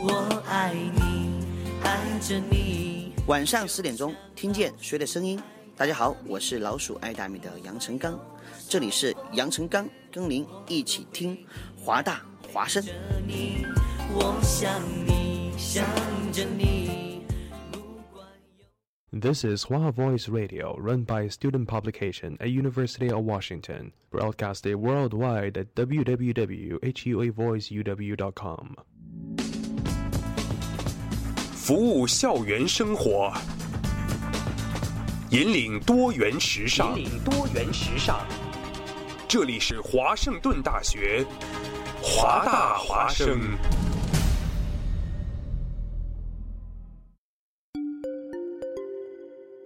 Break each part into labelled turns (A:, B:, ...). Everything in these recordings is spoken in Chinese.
A: 我爱你，爱着你。
B: 晚上十点钟，听见谁的声音？大家好，我是老鼠爱大米的杨成刚，这里是杨成刚跟您一起听华大华声。
A: 着你，我想你，想着你。
C: This is Hua Voice Radio, run by a student publication at University of Washington, broadcasted worldwide at www.huavoiceuw.com.
D: 服务校园生活，引领多元时尚。引领多元时尚。这里是华盛顿大学，华大华生。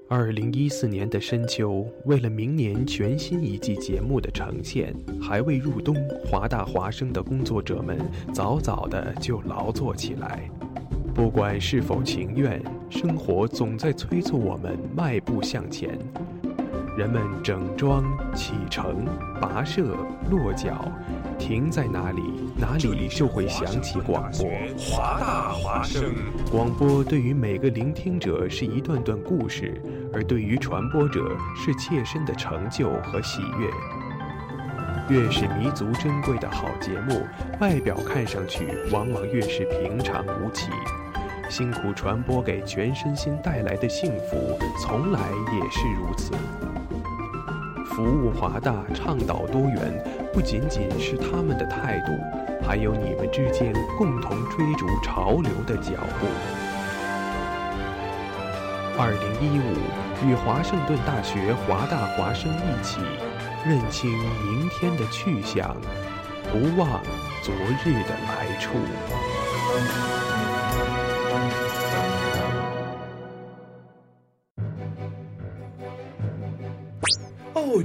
C: 二零一四年的深秋，为了明年全新一季节目的呈现，还未入冬，华大华生的工作者们早早的就劳作起来。不管是否情愿，生活总在催促我们迈步向前。人们整装启程、跋涉、落脚，停在哪里，哪里就会响起广播。
D: 华大华生。
C: 广播对于每个聆听者是一段段故事，而对于传播者是切身的成就和喜悦。越是弥足珍贵的好节目，外表看上去往往越是平常无奇。辛苦传播给全身心带来的幸福，从来也是如此。服务华大，倡导多元，不仅仅是他们的态度，还有你们之间共同追逐潮流的脚步。二零一五，与华盛顿大学华大华生一起，认清明天的去向，不忘昨日的来处。
E: 哦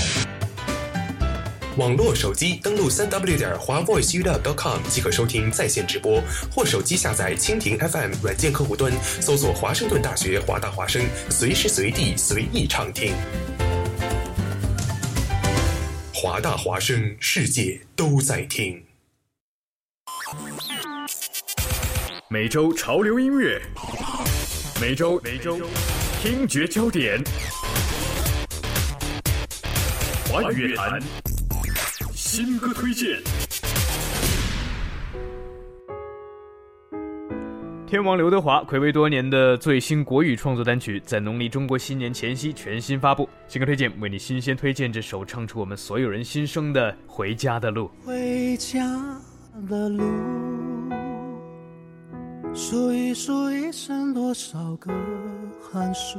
E: 网络手机登录三 w 点华 voice u w com 即可收听在线直播，或手机下载蜻蜓 FM 软件客户端，搜索华盛顿大学华大华声，随时随地随意畅听。华大华声，世界都在听。
F: 每周潮流音乐，每周每周听觉焦点，华语乐坛新歌推荐。
G: 天王刘德华暌违多年的最新国语创作单曲，在农历中国新年前夕全新发布。新歌推荐为你新鲜推荐这首唱出我们所有人心声的《回家的路》。
A: 回家的路，数一数一生多少个寒暑，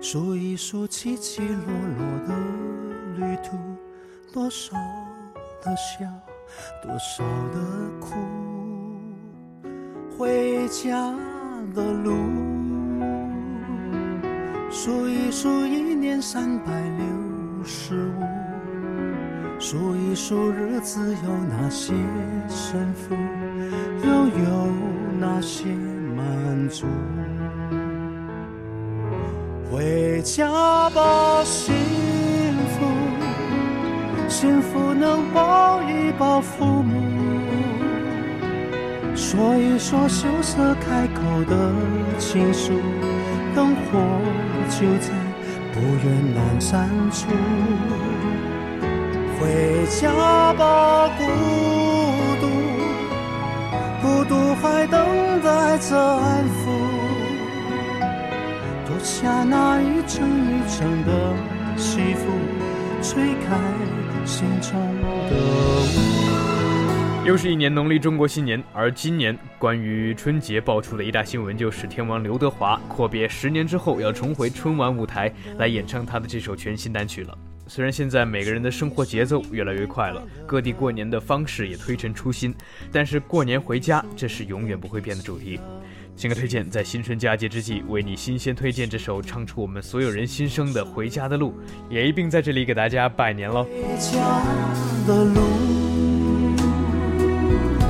A: 数一数起起落落的旅途，多少的笑，多少的哭，回家的路，数一数一年三百六十五。数一数日子有哪些胜负，又有哪些满足。回家吧，幸福，幸福能抱一抱父母，说一说羞涩开口的情愫，灯火就在不远阑珊处。回家吧，孤独，孤独还等待着安抚。脱下那一层一层的西服，吹开心中的雾。
G: 又是一年农历中国新年，而今年关于春节爆出的一大新闻就是天王刘德华阔别十年之后要重回春晚舞台来演唱他的这首全新单曲了。虽然现在每个人的生活节奏越来越快了，各地过年的方式也推陈出新，但是过年回家这是永远不会变的主题。新歌推荐在新春佳节之际，为你新鲜推荐这首唱出我们所有人心声的《回家的路》，也一并在这里给大家拜年喽！
A: 回家的路，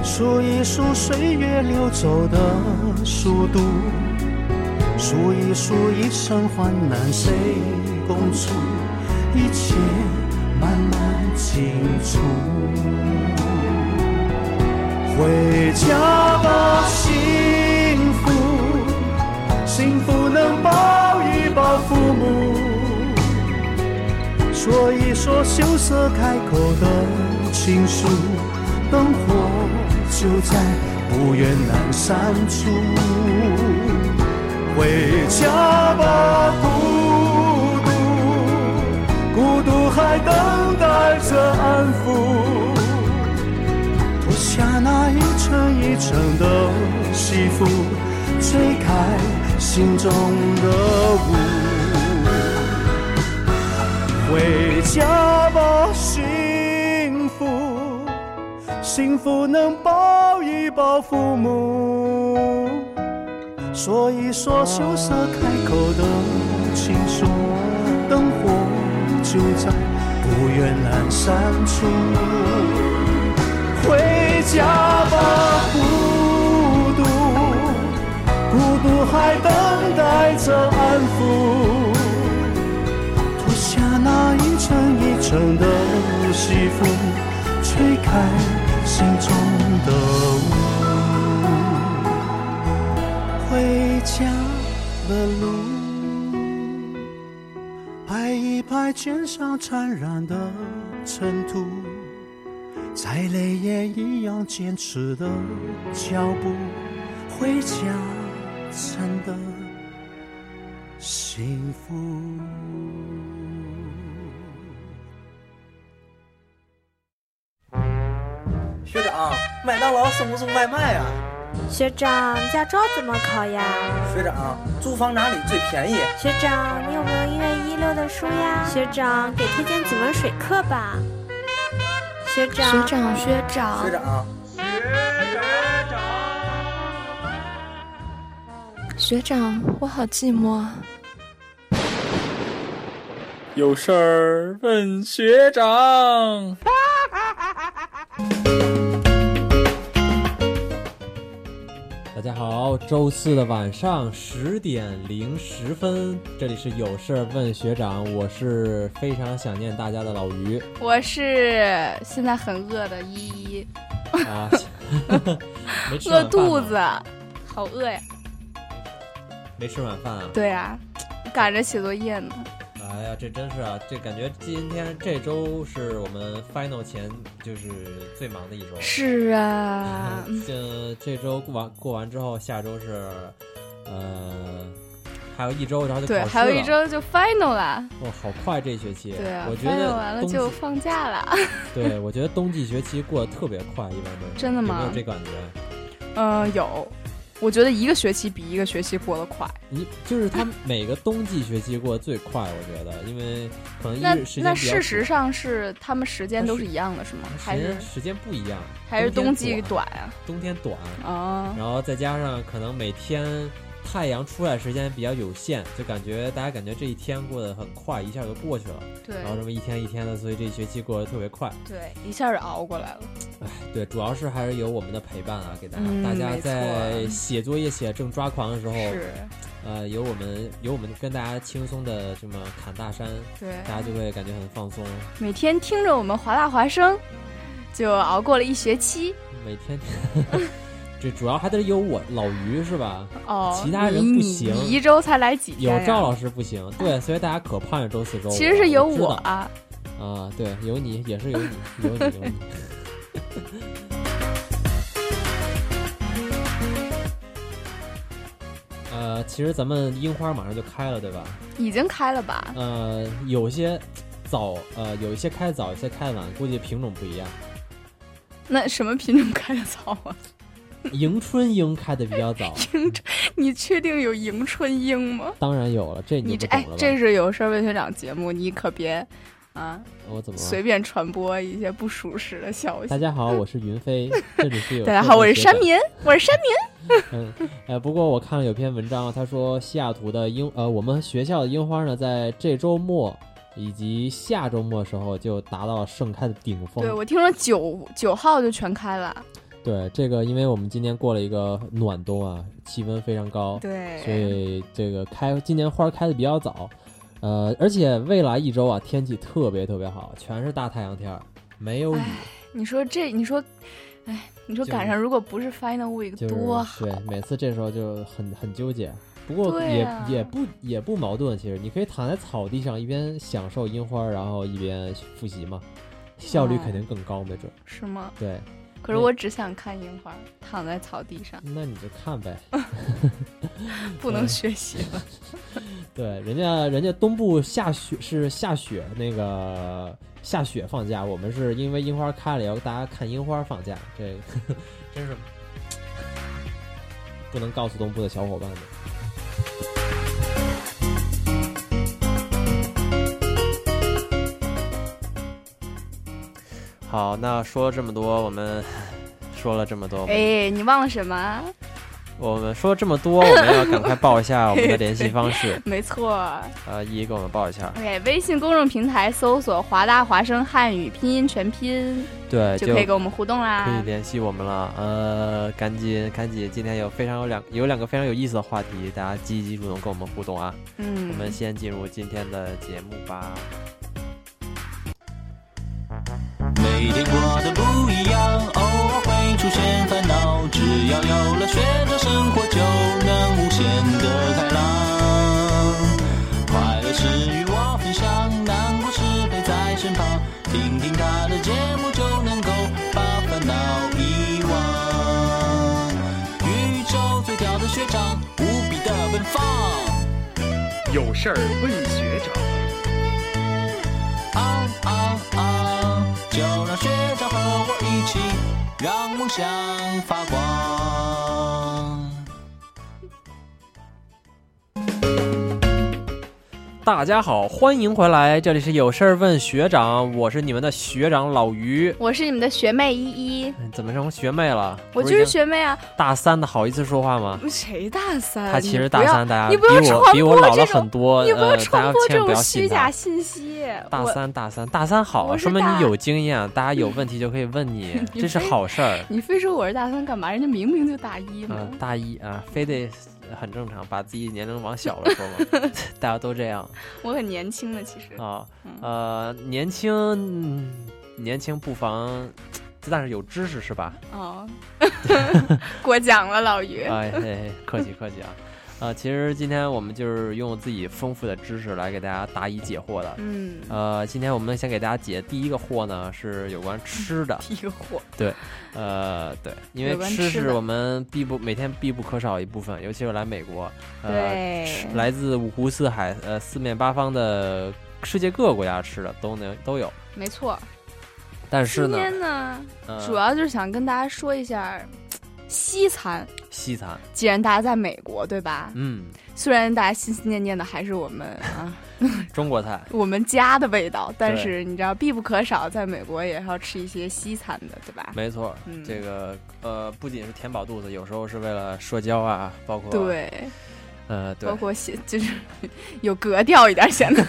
A: 数一数岁月流走的速度，数一数一生患难谁共处，一切慢慢清楚。回家吧，幸福，幸福能抱一抱父母。说一说羞涩开口的情书，灯火就在不远阑珊处。回家吧，孤独，孤独还等待着安抚。脱下那一层一层的西服，吹开心中的雾。回家吧，幸福，幸福能抱一抱父母，说一说羞涩开口的情书，灯火就在不远阑珊处。回家吧，孤独，孤独还等待着安抚。脱下那一层一层的西服，吹开心中的雾，回家的路，拍一拍肩上沾染的尘土，再累也一样坚持的脚步，回家真的幸福。
H: 学长，麦当劳送不送外卖啊？
I: 学长，驾照怎么考呀？
H: 学长，租房哪里最便宜？
I: 学长，你有没有一月一六的书呀？学长，给推荐几门水课吧。学长，学长，学长
H: 学长，啊
J: 学长，我好寂寞。啊
K: 有事儿问学长。
C: 大家好，周四的晚上十点零十分，这里是有事儿问学长，我是非常想念大家的老于
L: 我是现在很饿的依依，
C: 啊， 没吃
L: 饿
C: 晚饭
L: 肚
C: 吗
L: 子，好饿呀！
C: 没吃晚饭啊？
L: 对啊，赶着写作业呢。
C: 哎呀，这真是啊，这感觉今天这周是我们 final 前就是最忙的一周。
L: 是 啊，
C: 这这周过完过完之后，下周是，呃，还有一周，然后就
L: 对，
C: 考试
L: 还有一
C: 了。
L: 周就 final 了。
C: 哇，好快这学期！
L: 对啊
C: 我觉
L: ，final
C: 得
L: 完了
C: 冬季
L: 就放假了。
C: 对，我觉得冬季学期过得特别快，一般都是
L: 真的吗
C: 有没有这感觉？
L: 嗯，有，我觉得一个学期比一个学期过得快。
C: 你就是他每个冬季学期过得最快，我觉得，因为可能
L: 那
C: 因为时间
L: 那
C: 比较
L: 事实
C: 短
L: 上是他们时间
C: 但
L: 都
C: 是
L: 是一样的，是吗？还
C: 时
L: 是
C: 间时间不一样，
L: 还是冬季
C: 天
L: 短啊？
C: 冬天短，
L: 哦，
C: 然后再加上可能每天太阳出来时间比较有限，就感觉大家感觉这一天过得很快，一下就过去了，
L: 对
C: 然后这么一天一天的，所以这学期过得特别快。
L: 对，一下就熬过来了。
C: 对，主要是还是有我们的陪伴啊，给大家，
L: 嗯
C: 大家
L: 没错
C: 在写作业写正抓狂的时候，
L: 是，
C: 呃，有我们有我们跟大家轻松的这么侃大山，
L: 对，
C: 大家就会感觉很放松，
L: 每天听着我们华大华生，就熬过了一学期。
C: 每天。 这主要还得有我老于是吧？
L: 哦，
C: 其他人
L: 你
C: 不
L: 你
C: 行
L: 你一周才来几
C: 有
L: 天、呀？
C: 赵老师不行，对，所以大家可盼着周四周五了。
L: 其实是有
C: 我知
L: 我
C: 道
L: 啊，
C: 啊，对，有你也是有你，有你有你。 呃，其实咱们樱花马上就开了，对吧？
L: 已经开了吧？
C: 呃，有些早，呃，有一些开早，有些开晚，估计品种不一 样。
L: 那什么品种开的早啊？
C: 迎春樱开的比较早，
L: 你确定有迎春樱吗？
C: 当然有了，这你
L: 你
C: 就不
L: 这
C: 懂
L: 哎
C: 了吧？，
L: 这是有事儿问学长节目，你可别啊，
C: 我怎么了
L: 随便传播一些不属实的消息？
C: 大家好，我是云飞，这里 是有
L: 大家好，我是山
C: 民。
L: 民，我是山民。
C: 嗯，呃，不过我看了有篇文章，他说西雅图的樱，呃，我们学校的樱花呢，在这周末以及下周末的时候就达到了盛开的顶峰。
L: 对我听说九九号就全开了，
C: 对这个，因为我们今年过了一个暖冬啊，气温非常高，
L: 对
C: 所以这个开今年花开的比较早，呃，而且未来一周啊，天气特别特别好，全是大太阳天儿，没有雨，
L: 你说这，你说，哎，你说
C: 就
L: 赶上如果不是 Final Week
C: 就是
L: 多好，
C: 对，每次这时候就很很纠结。不过
L: 对
C: 也、
L: 啊
C: 也不也不矛盾，其实你可以躺在草地上一边享受樱花，然后一边复习嘛，效率
L: 哎
C: 肯定更高，没准儿。
L: 是吗？
C: 对，
L: 可是我只想看樱花，躺在草地上，
C: 那你就看呗。
L: 不能学习了。
C: 对，人家呃人家东部下雪是下雪那个下雪放假，我们是因为樱花开了以后大家看樱花放假，这个真是不能告诉东部的小伙伴们。
G: 好，那说了这么多，我们说了这么多，我们
L: 哎，你忘了什么？。
G: 我们说这么多，我们要赶快报一下我们的联系方式
L: 没错。
G: 呃，一一给我们报一下。
L: OK，微信公众平台搜索“华大华声汉语拼音全拼”，
G: 对，
L: 就
G: 就
L: 可以跟我们互动啦
G: 可以联系我们了。呃，赶紧赶紧，今天有非常有两有两个非常有意思的话题，大家积极主动跟我们互动啊。
L: 嗯
G: 我们先进入今天的节目吧。
A: 每天过得不一样，哦偶尔会出现烦恼，只要有了学着生活，就能无限的开朗。快乐是与我分享，难过是陪在身旁，听听他的节目就能够把烦恼遗忘。宇宙最屌的学长，无比的奔放，
D: 有事儿问学长，
A: 啊啊啊！就让学长和我一起，让梦想发光。
G: 大家好，欢迎回来，这里是有事儿问学长，我是你们的学长老于。
L: 我是你们的学妹依依，
G: 怎么成学妹了？
L: 我
G: 不
L: 就是
G: 已经
L: 学妹啊。
G: 大三的，好意思说话吗？
L: 谁大三？
G: 他其实大三，大家
L: 你不
G: 比
L: 要
G: 我比我
L: 传播
G: 老
L: 这
G: 了
L: 种
G: 很多，
L: 你不要
G: 呃，大
L: 传
G: 家
L: 播这
G: 千万不
L: 种
G: 要
L: 虚
G: 信
L: 假
G: 他。
L: 信息。
G: 大
L: 我，
G: 三，大三，大三好，啊
L: 我是
G: 说明
L: 大
G: 你有经验，啊大家有问题就可以问你
L: ，你
G: 这是
L: 非
G: 好事儿。
L: 你非说我是大三干嘛？人家明明就大一
G: 嗯、
L: 呢。
G: 大一啊、非得很正常，把自己年龄往小了说 嘛，大家都这样
L: 我很年轻的，其实。嗯
G: 啊。呃，年轻，嗯年轻不妨，但是有知识是吧？
L: 哦， 过奖了，老于。
G: 哎，哎客气客气啊。呃，其实今天我们就是用自己丰富的知识来给大家答疑解惑的。
L: 嗯
G: 呃，今天我们先给大家解第一个惑呢，是有关吃的。
L: 第一个惑。
G: 对，呃，对，因为
L: 有关
G: 吃
L: 吃
G: 是
L: 的
G: 我们必不每天必不可少一部分，尤其是来美国，呃
L: 对，
G: 吃来自五湖四海，呃，四面八方的世界各个国家吃的都能都有。
L: 没错。
G: 但是
L: 今
G: 呢，
L: 天呢，
G: 呃
L: 主要就是想跟大家说一下西餐。
G: 西餐，
L: 既然大家在美国，对吧？
G: 嗯，
L: 虽然大家心心念念的还是 我们啊，
G: 中国菜，
L: 我们家的味道，但
G: 对
L: 是你知道必不可少，在美国也要吃一些西餐的，对吧？
G: 没错，
L: 嗯
G: 这个呃，不仅是填饱肚子，有时候是为了社交啊，包括
L: 对，
G: 呃，对
L: 包，括写就是 有格调一点，显得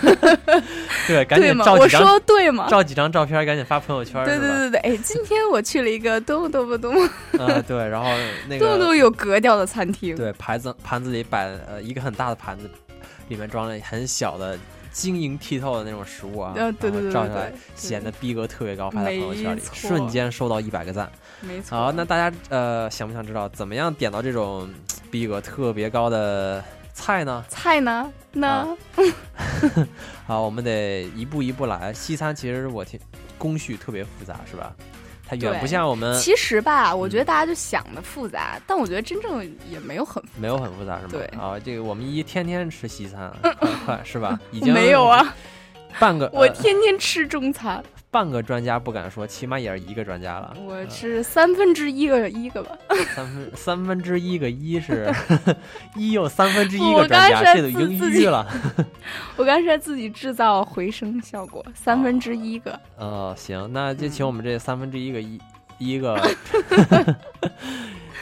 G: 对，赶紧
L: 对吗
G: 照
L: 我
G: 几张，
L: 说对吗
G: 照几张照片，赶紧发朋友圈，
L: 对对
G: 是吧？
L: 对对。哎，今天我去了一个多么多么多么
G: 呃， 对，然后那
L: 多
G: 个
L: 么多么有格调的餐厅，
G: 对，盘子盘子里摆呃一个很大的盘子，里面装了很小的晶莹剔透的那种食物啊，
L: 呃对
G: 然后
L: 对对
G: 照
L: 对
G: 下来
L: 对
G: 显得逼格特别高，发在朋友圈
L: 没
G: 里，
L: 错
G: 瞬间收到一百个赞。
L: 没错。
G: 好，那大家呃想不想知道怎么样点到这种嗯逼格特别高的菜呢？
L: 菜呢？ 那
G: 啊好，我们得一步一步来。西餐其实我听工序特别复杂，是吧？它远不
L: 对
G: 像我们嗯
L: 其实吧，我觉得大家就想的复杂，但我觉得真正也没有很复
G: 没有很复杂，是吗？
L: 对
G: 啊，这个我们一天天吃啊西餐，快快是吧？已
L: 杂
G: 经
L: 没有啊，
G: 半个
L: 我
G: 呃
L: 天天吃中餐，
C: 半个专家不敢说，起码也是一个专家了。
G: 嗯
L: 我是三分之一个一个吧，
C: 三分三分之一个一是一有三分之一
L: 我
C: 个专
L: 刚才
C: 家，这都已经
L: 自己
C: 晕了。
L: 我刚才自己制造回声效果，三分之一个。嗯
C: 呃，行，那就请我们这三分之一个一一 个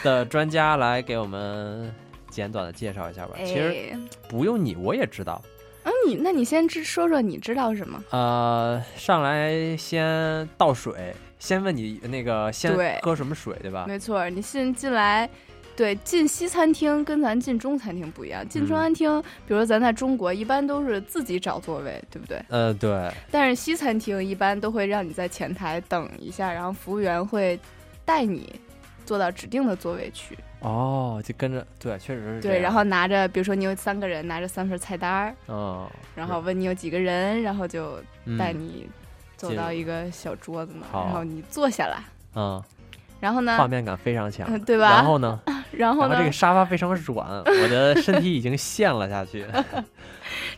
C: 的专家来给我们简短的介绍一下吧。其实
L: 哎
C: 不用你我也知道，
L: 嗯，你那你先知说说你知道什么？
C: 呃，上来先倒水，先问你那个
L: 对
C: 先喝什么水，对吧？
L: 没错，你进进来，对，进西餐厅跟咱进中餐厅不一样。进
C: 嗯
L: 中餐厅，比如说咱在中国一般都是自己找座位，对不对？
C: 呃，对，
L: 但是西餐厅一般都会让你在前台等一下，然后服务员会带你坐到指定的座位去。
C: 哦，就跟着，对，确实是这
L: 对，
C: 样
L: 然后拿着，比如说你有三个人，拿着三份菜单儿，
C: 嗯，
L: 然后问你有几个人，然后就带
C: 嗯
L: 你走
C: 进
L: 到
C: 入
L: 一个小桌子嘛，
C: 好
L: 然后你坐下来，
C: 嗯，
L: 然后呢，
C: 画面感非常强，
L: 嗯对吧
C: 然后呢？
L: 然后呢，
C: 这个沙发非常软，我的身体已经陷了下去。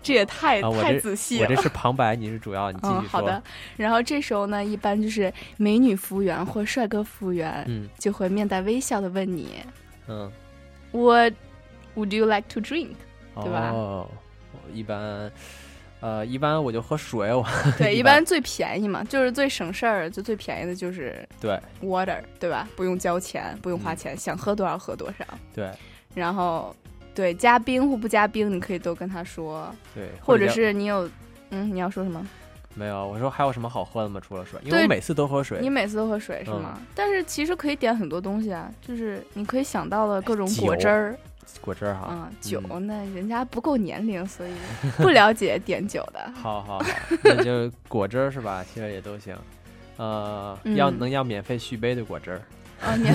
L: 这也太、
C: 啊，我
L: 太
C: 这
L: 仔细
C: 我
L: 了。
C: 这是旁白，你是主要，你继续说。
L: 嗯，好的。然后这时候呢，一般就是美女服务员或帅哥服务员，
C: 嗯
L: 就会面带微笑的问你
C: 嗯，
L: ，What would you like to drink？对吧？
C: 哦，我一般，呃，一般我就喝水，我
L: 对，
C: 一
L: 一般最便宜嘛，就是最省事儿，就最便宜的就是
C: 对嗯
L: water，对吧？不用交钱，不用花钱，想喝多少喝多少。
C: 对
L: 然后，对加冰或不加冰，你可以都跟他说，
C: 对，
L: 或者
C: 者
L: 是你有，嗯，你要说什么？
C: 没有。我说还有什么好喝的吗？除了水，因
L: 对
C: 为我每次都喝水。嗯
L: 你每次都喝水是吗？但是其实可以点很多东西啊，就是你可以想到的各种
C: 酒
L: 果汁儿
C: 果汁儿哈，
L: 啊、
C: 嗯
L: 酒呢，人家不够年龄， 所以不了解点酒的。啊
C: 好好好，那就果汁儿是吧？其实也都行。呃，要
L: 嗯
C: 能要免费续杯的果汁儿，
L: 啊， 免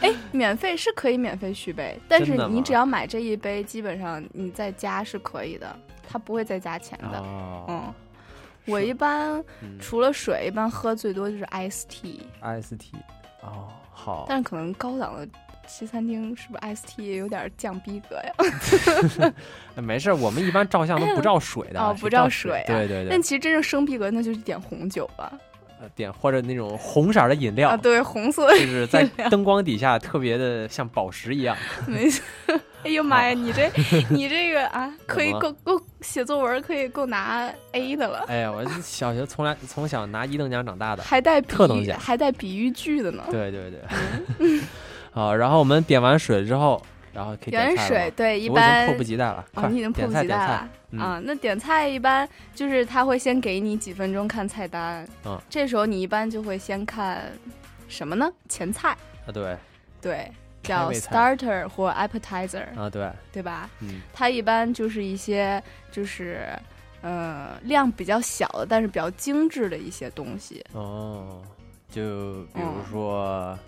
L: 哎，免费是可以免费续杯，但是
C: 真的吗
L: 你只要买这一杯，基本上你再加是可以的，它不会再加钱的。
C: 哦
L: 嗯，我一般、
C: 嗯
L: 除了水，一般喝最多就是 ice tea，
C: ，iced tea。哦，好。
L: 但是可能高档的西餐厅是不是 ice tea 也有点降逼格呀？
C: 没事儿，我们一般照相都不照水的，
L: 哦，
C: 是
L: 不
C: 照
L: 照水啊。
C: 对对对
L: 但，其实真正生逼格，那就是点红酒吧。
C: 呃点或者那种红色儿的饮料
L: 啊，，对，红色的
C: 就是在
L: 饮料
C: 灯光底下特别的像宝石一样。 啊
L: 没错。哎呦妈呀，你这你这个 啊，可以
C: 怎么
L: 够
C: 了
L: 够写作文可以够拿 A 的了，
C: 哎呀，我小学从来从小拿一等奖长大的，
L: 还带比
C: 特等
L: 喻
C: 奖。
L: 还带比喻句的呢。
C: 对对对。好，然后我们点完水之后，然后可以
L: 点
C: 点
L: 完
C: 菜了
L: 水
C: 吗
L: 对一
C: 我已经
L: 般
C: 迫不及待了，
L: 啊，
C: 快
L: 你已经迫
C: 点
L: 不
C: 菜
L: 及待
C: 点菜嗯
L: 了、啊！那点菜一般就是他会先给你几分钟看菜单，
C: 嗯啊
L: 这时候你一般就会先看什么呢？前菜，
C: 啊对
L: 对，叫
C: 胃菜
L: starter 或 appetizer，、
C: 啊对，
L: 对吧？
C: 嗯
L: 它一般就是一些就是呃量比较小的，但是比较精致的一些东西。
C: 哦，就比如
L: 嗯
C: 说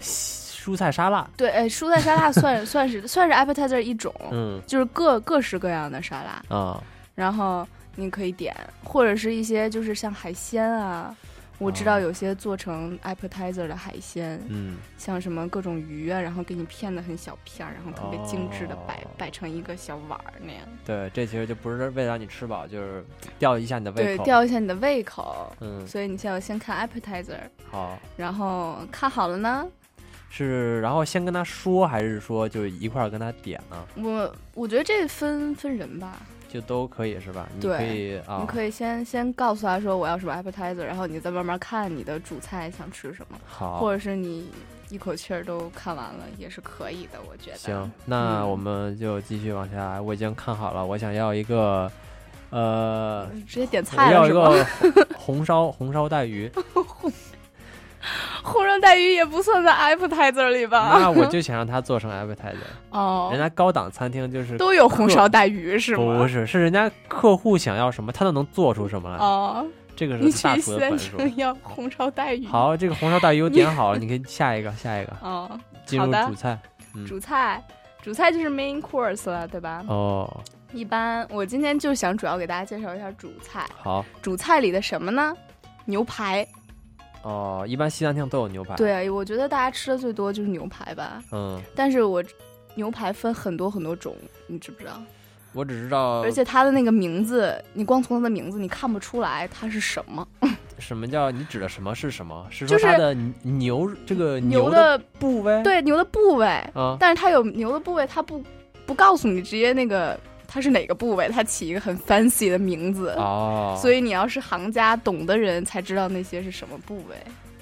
C: 蔬菜沙拉，
L: 对，哎，蔬菜沙拉算算是算是 appetizer 一种，
C: 嗯
L: 就是各各式各样的沙拉，
C: 啊
L: 然后你可以点，或者是一些就是像海鲜啊。我知道
C: 哦
L: 有些做成 appetizer 的海鲜，
C: 嗯
L: 像什么各种鱼啊，然后给你片的很小片儿，然后特别精致的摆、
C: 哦
L: 摆成一个小碗儿那样，
C: 对，这其实就不是为了让你吃饱，就是吊一下你的胃
L: 对，
C: 口。
L: 吊一下你的胃口。
C: 嗯
L: 所以你就要先看 appetizer，
C: 好，
L: 然后看好了呢，
C: 是然后先跟他说，还是说就一块儿跟他点呢？
L: 我我觉得这分分人吧，
C: 就都可以是吧？你
L: 对
C: 可以啊，
L: 你可以先先告诉他说我要什么 appetizer，然后你再慢慢看你的主菜想吃什么，
C: 好
L: 或者是你一口气儿都看完了也是可以的，我觉得。嗯
C: 行，那我们就继续往下。我已经看好了，我想要一个，呃，
L: 直接点
C: 我
L: 菜了
C: 要一
L: 是
C: 个
L: 吗？
C: 红烧红烧带鱼。
L: 红烧带鱼也不算在 appetizer 里吧？
C: 那我就想让它做成 appetizer。
L: 哦
C: 人家高档餐厅就是
L: 都有红
C: 客
L: 烧带鱼是吗？
C: 不是，是人家客户想要什么，他都能做出什么来。
L: 哦，
C: 这个
L: 你
C: 是
L: 去
C: 大厨
L: 西
C: 的
L: 餐
C: 本事。
L: 厅要红烧带鱼。
C: 好，这个红烧带鱼我点好了，你可以下一个，下一个，
L: 哦，
C: 进
L: 好
C: 入
L: 的
C: 主菜。嗯，
L: 主菜，主菜就是 main course 了，对吧？
C: 哦，
L: 一般我今天就想主要给大家介绍一下主菜。
C: 好，
L: 主菜里的什么呢？牛排。
C: 哦，一般西餐厅都有牛排。，
L: 对，我觉得大家吃的最多就是牛排吧。
C: 嗯，
L: 但是我牛排分很多很多种，你知不知道？
C: 我只知道，
L: 而且它的那个名字，你光从它的名字你看不出来它是什么。
C: 什么叫你指的什么是什么？是
L: 就
C: 说
L: 是
C: 它的牛这个
L: 牛
C: 的
L: 部位，对牛的部位，
C: 啊
L: 但是它有牛的部位，它不不告诉你，直接那个它是哪个部位，它起一个很 fancy 的名字，
C: 哦，
L: 所以你要是行家懂的人才知道那些是什么部位。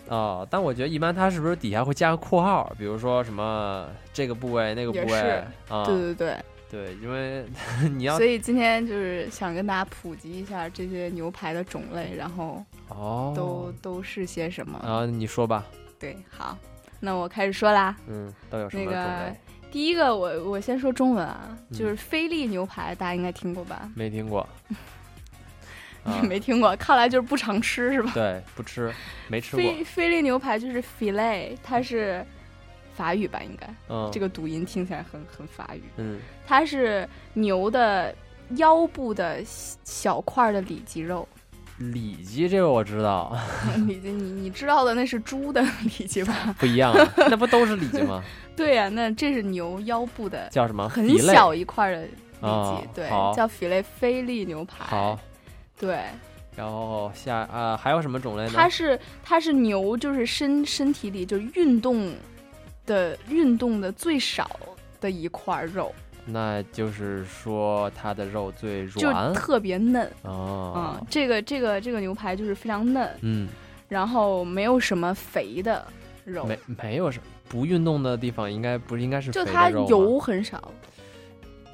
C: 哦，但我觉得一般它是不是底下会加个括号，比如说什么这个部位那个部
L: 也
C: 位
L: 是
C: 啊？
L: 对对对
C: 对，因为 你要
L: 所以今天就是想跟大家普及一下这些牛排的种类，然后
C: 哦
L: 都、都是些什么。
C: 啊，你说吧，
L: 对，好，那我开始说啦。
C: 嗯，都有什
L: 那
C: 么种
L: 个
C: 类？
L: 第一个我，我先说中文啊，就是
C: 嗯
L: 菲力牛排，大家应该听过吧？，
C: 没听过
L: 没听过，看来就是不常吃是吧？
C: 啊，对，不吃，没吃过
L: 菲菲力牛排就是 filet，它是法语吧？应该，
C: 嗯
L: 这个读音听起来很很法语。
C: 嗯，
L: 它是牛的腰部的小块儿的里脊肉，
C: 里脊这个我知道，
L: 里脊你你知道的那是猪的里脊吧？
C: 不一样啊，那不都是里脊吗？
L: 对呀、那这是牛腰部的，
C: 叫什么
L: 很
C: filet
L: 小一块儿的里脊，
C: 哦
L: 对
C: 好，
L: 叫 filet 菲力牛排，
C: 好，
L: 对。
C: 然后下啊、还有什么种类呢？
L: 它是它是牛，就是身身体里就是运动的运动的最少的一块肉，
C: 那就是说它的肉最
L: 就
C: 软，
L: 特别嫩。
C: 哦，
L: 嗯，这个这个这个牛排就是非常嫩，
C: 嗯，
L: 然后没有什么肥的肉，
C: 没没有什不运动的地方，应该不是应该是
L: 就
C: 肥
L: 它
C: 的肉吗
L: 油，很少。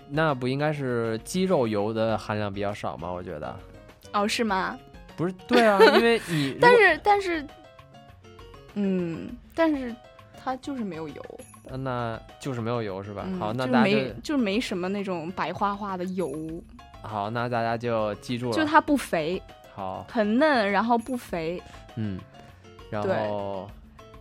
C: 那不应该是鸡肉油的含量比较少吗？我觉得
L: 哦，是吗？
C: 不是，对啊，因为 你如
L: 但
C: 果
L: 是但是，嗯，但是它就是没有油，
C: 呃那就是没有油是吧？
L: 嗯
C: 好，那
L: 就是
C: 大家
L: 没
C: 就
L: 就是没什么那种白花花的油，
C: 好，那大家就记住了，
L: 就它不肥，
C: 好，
L: 很嫩，然后不肥。
C: 嗯，然
L: 对
C: 后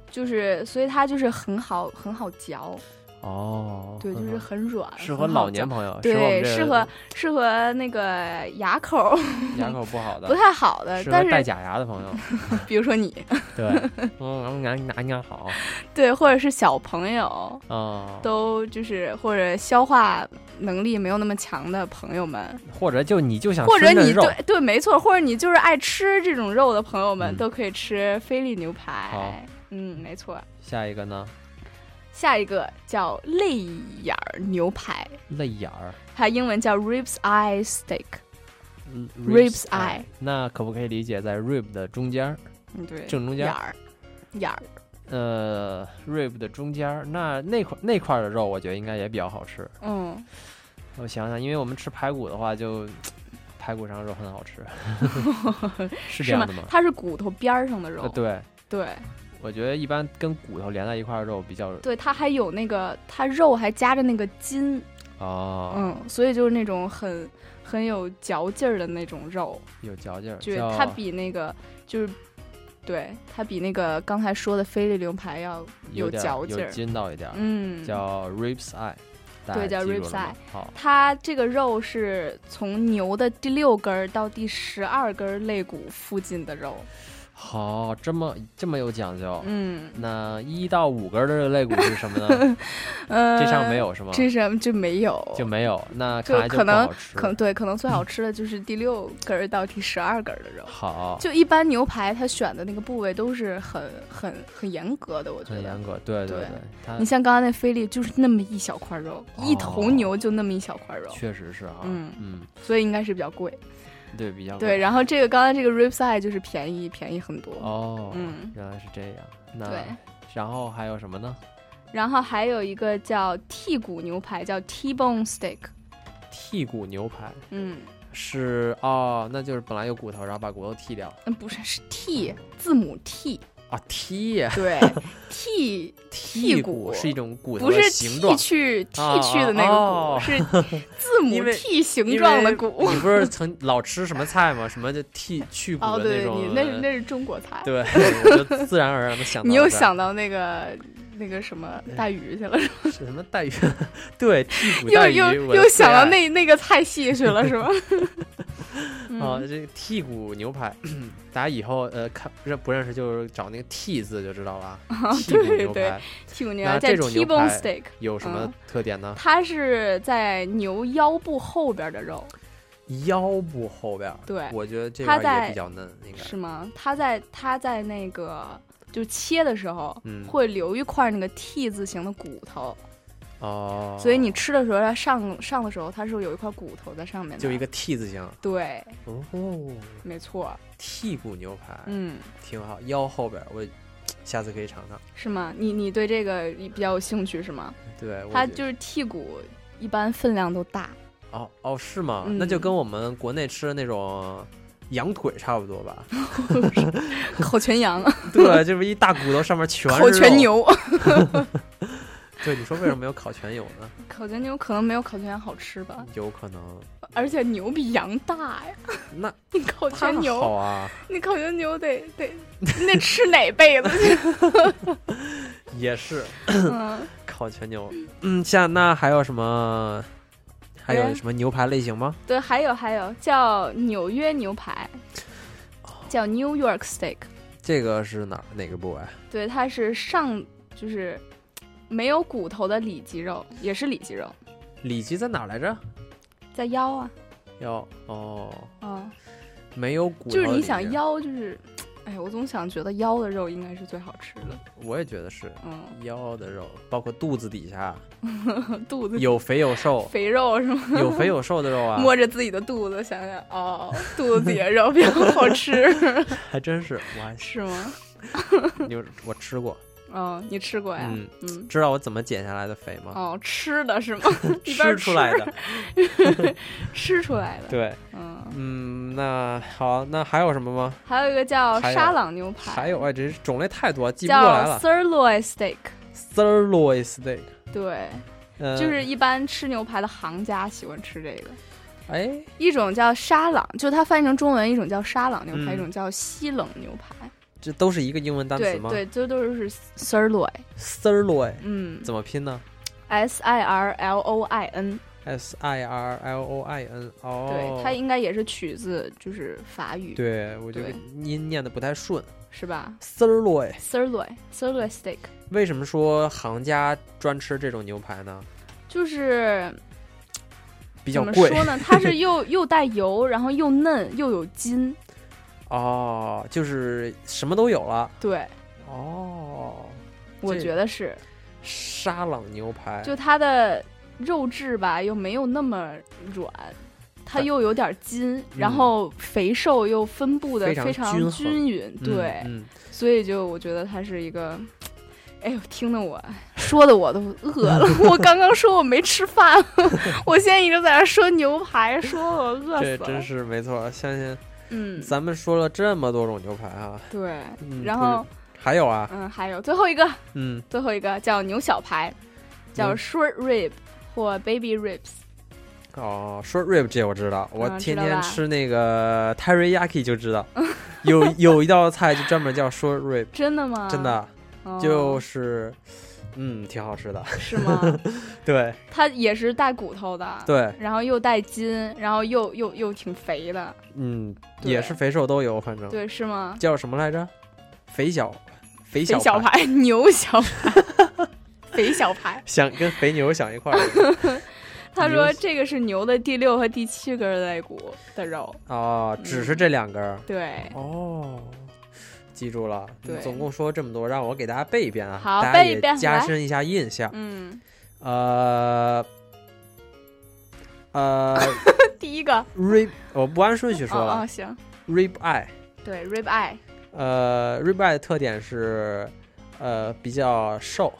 L: 就是，所以它就是很好很好嚼，
C: 哦，
L: 对，就是很软，
C: 适合
L: 很好
C: 老年
L: 嚼
C: 朋友适合我们
L: 对，
C: 这
L: 适合适合那个牙口
C: 牙口不好的，
L: 不太好的，
C: 适合
L: 但是
C: 戴假牙的朋友，
L: 比如说你，
C: 对，嗯，牙牙牙好，
L: 对，或者是小朋友，
C: 啊，
L: 都就是或者消化能力没有那么强的朋友们，
C: 或者就你就想
L: 或者
C: 吃那
L: 你
C: 肉
L: 对对没错，或者你就是爱吃这种肉的朋友们，都可以吃菲力牛
C: 嗯好
L: 排。嗯，没错。
C: 下一个呢？
L: 下一个叫泪眼儿牛排，
C: 泪眼儿
L: 它英文叫 ribs eye steak。
C: 嗯
L: Ribs eye
C: 那可不可以理解在 rib 的中间儿？
L: 嗯，对，
C: 正中间
L: 眼儿，眼儿。
C: 呃，rib 的中间儿，那那块那块儿的肉，我觉得应该也比较好吃。
L: 嗯，
C: 我想想，因为我们吃排骨的话就，排骨上的肉很好 吃，是这
L: 是
C: 样
L: 吗
C: 的吗？
L: 它是骨头边儿上的肉
C: 呃，。对，
L: 对
C: 我觉得一般跟骨头连在一块儿的肉比较
L: 对，它还有那个，它肉还夹着那个筋，
C: 哦，
L: 嗯，所以就是那种很很有嚼劲儿的那种肉，
C: 有嚼劲儿，
L: 就是
C: 叫
L: 它比那个就是。对，它比那个刚才说的菲力牛排要
C: 有点儿
L: 嚼劲
C: 有
L: 儿，
C: 筋道一点儿，
L: 嗯
C: 叫 ribs eye，大
L: 对，
C: 家记
L: 叫
C: 住了
L: ribs
C: 吗
L: eye。
C: 好，
L: 它这个肉是从牛的第六根儿到第十二根儿肋骨附近的肉，
C: 好，这么这么有讲究。
L: 嗯，
C: 哦那一到五根儿的肋骨是什么呢？
L: 呃，
C: 这上没有是吗
L: 这上就没有，
C: 就没有，那看
L: 就
C: 来就
L: 可
C: 不
L: 能
C: 好吃。
L: 可对，可能最好吃的就是第六根儿到第十二根儿的肉。
C: 好，
L: 就一般牛排，它选的那个部位都是很很很严格的，我觉
C: 很
L: 得。
C: 严格，对
L: 对
C: 对，它哦
L: 你像刚刚那菲力，就是那么一小块肉，一头牛就那么一小块肉，
C: 确实是啊，
L: 嗯
C: 嗯，
L: 所以应该是比较贵。
C: 对，比较
L: 对，然后这个刚才这个 ribs eye 就是便宜，便宜很多。
C: 后哦，
L: 嗯，
C: 原来是这样。那
L: 对
C: 然后还有什么呢
L: 然后还有一个叫剔骨牛排，叫 T-bone steak。
C: 剔骨牛排
L: 嗯，
C: 是哦，那就是本来有骨头，然后把骨头剔掉
L: 嗯不是，是 T 字母 T。
C: 啊，剔
L: 对，T
C: 剔
L: 剔
C: 骨是一种骨头
L: 不
C: 的
L: 是
C: 形状
L: 剔，去
C: 啊
L: 剔去的那个骨，
C: 哦
L: 是 字母
C: 因为
L: T 形状的
C: 因
L: 骨
C: 为。 你不是曾老吃什么菜吗？什么就剔去骨
L: 哦，
C: 的
L: 对对，
C: 种？呃
L: 你那是那是中国菜。
C: 对，我就自然而然的想到。
L: 你又想到那个那个什么带鱼去了， 是吧
C: 哎是什么带鱼？ 对，剔骨
L: 又
C: 带鱼，我
L: 又
C: 的
L: 又
C: 最
L: 想到
C: 爱
L: 那那个菜系去了， 是吧？
C: 啊，
L: 嗯
C: 这个剔骨牛排，大家以后呃看认不认识就是找那个 T 字就知道 了啊。
L: 啊
C: 剔骨
L: 对
C: 牛
L: 对
C: 排，，
L: 剔骨牛
C: 那
L: 排在
C: 这种牛
L: T-bone
C: 排
L: steak
C: 有什么
L: 嗯
C: 特点呢？
L: 它是在牛腰部后边的肉，
C: 腰部后边儿，
L: 对
C: 我觉得这
L: 他
C: 边儿也
L: 在
C: 比较嫩，应该
L: 是吗？他在他在那个就切的时候，
C: 嗯
L: 会留一块那个 T 字形的骨头，
C: 哦，
L: 所以你吃的时候，它上上的时候，它是有一块骨头在上面的。
C: 就一个 T 字形，
L: 对，
C: 哦，
L: 没错，
C: 剔骨牛排，
L: 嗯，
C: 挺好，腰后边儿我下次可以尝尝。
L: 是吗？你你对这个比较有兴趣是吗？
C: 对，我
L: 它
C: 觉
L: 就是剔骨，一般分量都大。
C: 哦哦是吗？
L: 嗯
C: 那就跟我们国内吃的那种羊腿差不多吧？
L: 烤全羊，
C: 对，就是一大骨头，上面全是
L: 烤全
C: 肉
L: 牛。
C: 对，你说为什么没有烤全牛呢？
L: 烤全牛可能没有烤全羊好吃吧，
C: 有可能，
L: 而且牛比羊大呀。
C: 那
L: 你烤全牛
C: 好啊，
L: 你烤全牛得得，你得吃哪辈子去？
C: 也是
L: 嗯
C: 烤全牛。嗯，像那还有什么？还有什么牛排类型吗？
L: 哎对，还有还有叫纽约牛排，
C: 哦
L: 叫 New York Steak，
C: 这个是哪儿哪个部位？啊
L: 对，它是上就是没有骨头的里脊肉，也是里脊肉，
C: 里脊在哪儿来着？
L: 在腰啊，
C: 腰哦，
L: 嗯，
C: 没有骨头。
L: 就是你想，腰就是，哎呀，我总想觉得腰的肉应该是最好吃
C: 我也觉得是。
L: 嗯
C: 腰的肉，包括肚子底下
L: 的，肚子
C: 有肥有瘦，
L: 肥肉是吗？
C: 有肥有瘦的肉啊，
L: 摸着自己的肚子，想想哦，肚子底下肉比较好吃，
C: 还真是，我还
L: 是吗？
C: 就是我吃过，
L: 哦，你吃过呀？
C: 嗯
L: 嗯
C: 知道我怎么减下来的肥吗？
L: 哦，吃的 是吗？一边
C: 吃出来的，
L: 吃 出来的。
C: 对，
L: 嗯，
C: 嗯，那好，那还有什么吗？
L: 还有一个叫
C: 还有
L: 沙朗牛排，
C: 还有哎，这种类太多，记不过来
L: 叫
C: 了。
L: sirloin steak，
C: Sirloin steak，
L: 对，
C: 呃
L: 就是一般吃牛排的行家喜欢吃这个。
C: 哎，
L: 一种叫沙朗，就它翻译成中文，一种叫沙朗牛
C: 嗯
L: 排，一种叫西冷牛排。
C: 这都是一个英文单词
L: 对
C: 吗？
L: 对，这都是 sirloin，
C: ，Sirloin，
L: 嗯
C: 怎么拼呢
L: s i r l o i n，
C: ？S I R L O I N，哦，
L: 对，它应该也是取自就是法语，
C: 对我觉得
L: 对
C: 音念的不太顺
L: 是吧
C: ，Sirloin。
L: ？sirloin sirloin steak
C: 为什么说行家专吃这种牛排呢？
L: 就是
C: 比较
L: 怎么
C: 贵。
L: 说呢？它是又又带油，然后又嫩又有筋，
C: 哦，就是什么都有了。
L: 对
C: 哦，
L: 我
C: 这哎
L: 觉得是，
C: 沙朗牛排
L: 就它的肉质吧，又没有那么软。它又有点筋，然后肥瘦又分布
C: 嗯
L: 的
C: 非常
L: 非常
C: 均衡
L: 均匀，
C: 嗯
L: 对，
C: 嗯
L: 所以就我觉得它是一个，哎呦，听得我说的我都饿了。 我刚刚说我没吃饭， 我现在一直在那说牛排，说我饿
C: 这
L: 死了
C: 真。是没错，相信
L: 嗯
C: 咱们说了这么多种牛排啊，
L: 对，
C: 嗯
L: 然后
C: 还有啊，
L: 嗯，还有最后一个，
C: 嗯，
L: 最后一个叫牛小排，叫
C: 嗯
L: short rib 或 baby ribs。
C: 哦，说 rib 这我知道，我
L: 嗯
C: 天
L: 知道
C: 天
L: 吧
C: 吃那个 teriyaki 就知道，有有一道菜就专门叫说 rib，
L: 真的吗
C: 真的
L: 哦，
C: 就是，嗯，挺好吃的，
L: 是吗？
C: 对，
L: 它也是带骨头的，
C: 对
L: 然后又带筋，然后又又又挺肥的，
C: 嗯，
L: 对
C: 也是肥瘦都有，反正
L: 对，是吗？
C: 叫什么来着？肥小，肥
L: 肥
C: 小
L: 小
C: 排，
L: 排、牛小 排、肥小排。
C: 想跟肥牛想一块儿了
L: 他说
C: 牛
L: 这个是牛的第六和第七根肋骨的肉，嗯
C: 哦，只是这两根儿，
L: 对，
C: 哦，记住了，
L: 对
C: 总共说这么多，让我给大家背一遍啊，
L: 好
C: 大家
L: 背一
C: 也
L: 遍
C: 加
L: 来
C: 深一下印象。
L: 嗯，
C: 呃呃
L: 第一个，
C: ，rib，我不按顺序说
L: 哦
C: 了
L: 哦，行，
C: ，rib eye，
L: 对，rib eye，
C: 呃，rib eye 的特点是呃比较瘦，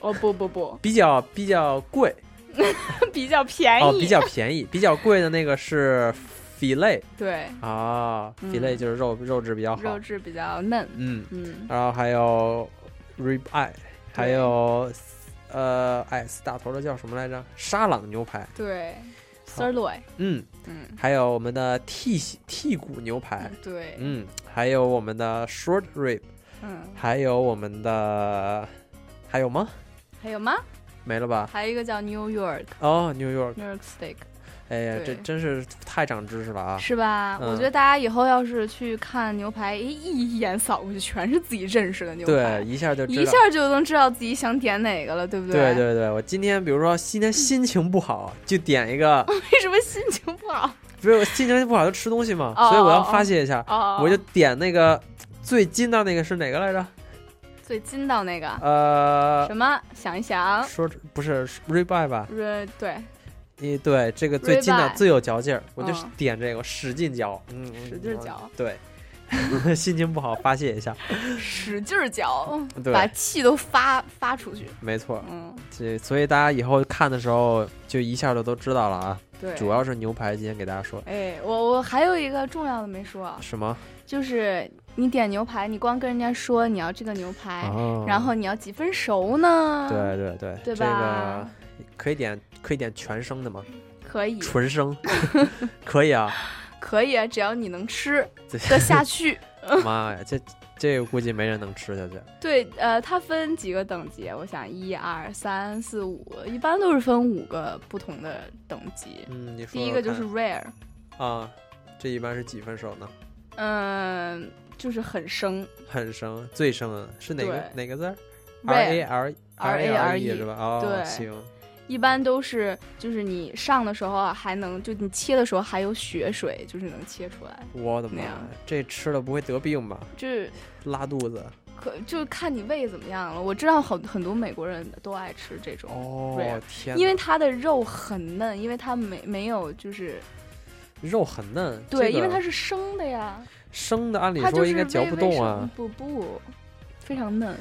L: 哦不不不，
C: 比较比较贵
L: 比较便宜，
C: 哦，比较便宜，比较贵的那个是 fillet
L: 对，
C: 啊
L: 嗯
C: ，fillet 就是肉肉质比较好
L: 肉，质比较嫩，
C: 嗯
L: 嗯，
C: 然后还有 rib eye，还有呃，哎，四大头的叫什么来着？沙朗牛排，
L: 对
C: 好
L: ，sirloin，
C: 嗯，
L: 嗯，
C: 还有我们的剔西剔骨牛排，
L: 对，
C: 嗯，还有我们的 short rib，
L: 嗯，
C: 还有我们的还有吗？
L: 还有吗？
C: 没了吧？
L: 还有一个叫 New York
C: 哦，New York，
L: New York steak，
C: 哎呀，这
L: 对
C: 真是太长知识了啊！
L: 是吧？我
C: 嗯
L: 觉得大家以后要是去看牛排，一一眼扫过去全是自己认识的牛排
C: 对，，一下就知
L: 一
C: 道
L: 下。就能知道自己想点哪个了，对不
C: 对 对对，我今天比如说今天心情不好，就点一个
L: 为什么心情不好？
C: 不是我心情不好就吃东西嘛，
L: 哦
C: 所以我要发泄一下
L: 哦哦，哦
C: 哎我就点那个最筋道那个是哪个来着？
L: 最筋道那个、
C: 呃，
L: 什么？想一想，
C: 说不是 ribeye 吧？
L: 呃，对，
C: 一对这个最筋道
L: Ribeye
C: 最有嚼劲儿，我就
L: 嗯
C: 点这个，我使劲嚼，嗯，
L: 使劲嚼，
C: 对， 心情不好发泄一下，
L: 使劲儿嚼，
C: 对
L: 把气都发发出去。
C: 没错，
L: 嗯，
C: 这所以大家以后看的时候就一下就都知道了啊。
L: 对
C: 主要是牛排，今天给大家说
L: 哎，我我还有一个重要的没说，啊
C: 什么？
L: 就是你点牛排，你光跟人家说你要这个牛排，
C: 哦
L: 然后你要几分熟呢？
C: 对对对，
L: 嗯对
C: 这个
L: 吧
C: 可以点可以点全生的吗？
L: 可以，
C: 纯 生可以啊。
L: 可以，啊，只要你能吃
C: 这
L: 得下去。
C: 妈呀，这这个估计没人能吃下去。
L: 对，呃，它分几个等级？我想一二三四五，一般都是分五个不同的等级。
C: 嗯，你说
L: 第一个就是
C: 说
L: rare，
C: 看啊，这一般是几分熟呢？
L: 嗯、就是很生，
C: 很生，最生啊是哪个
L: 对
C: 哪个字儿
L: Rare
C: A R
L: R
C: A
L: A
C: R
L: R
C: E
L: E
C: 是吧？哦，
L: 对
C: 行，
L: 一般都是就是你上的时候啊还能，就你切的时候还有血水，就是能切出来。
C: 我的妈
L: 那
C: 呀
L: 样，
C: 这吃了不会得病吧？
L: 就是
C: 拉肚子
L: 可就是看你胃怎么样了。我知道很很多美国人都爱吃这种 rare，、
C: 哦，天哪，
L: 因为它的肉很嫩，因为它没没有就是
C: 肉很嫩，
L: 对，
C: 这个
L: 因为它是生的呀，
C: 生的，按理
L: 它就
C: 说
L: 是
C: 应该嚼
L: 微
C: 不
L: 微
C: 动
L: 生
C: 啊。
L: 不不，非常嫩，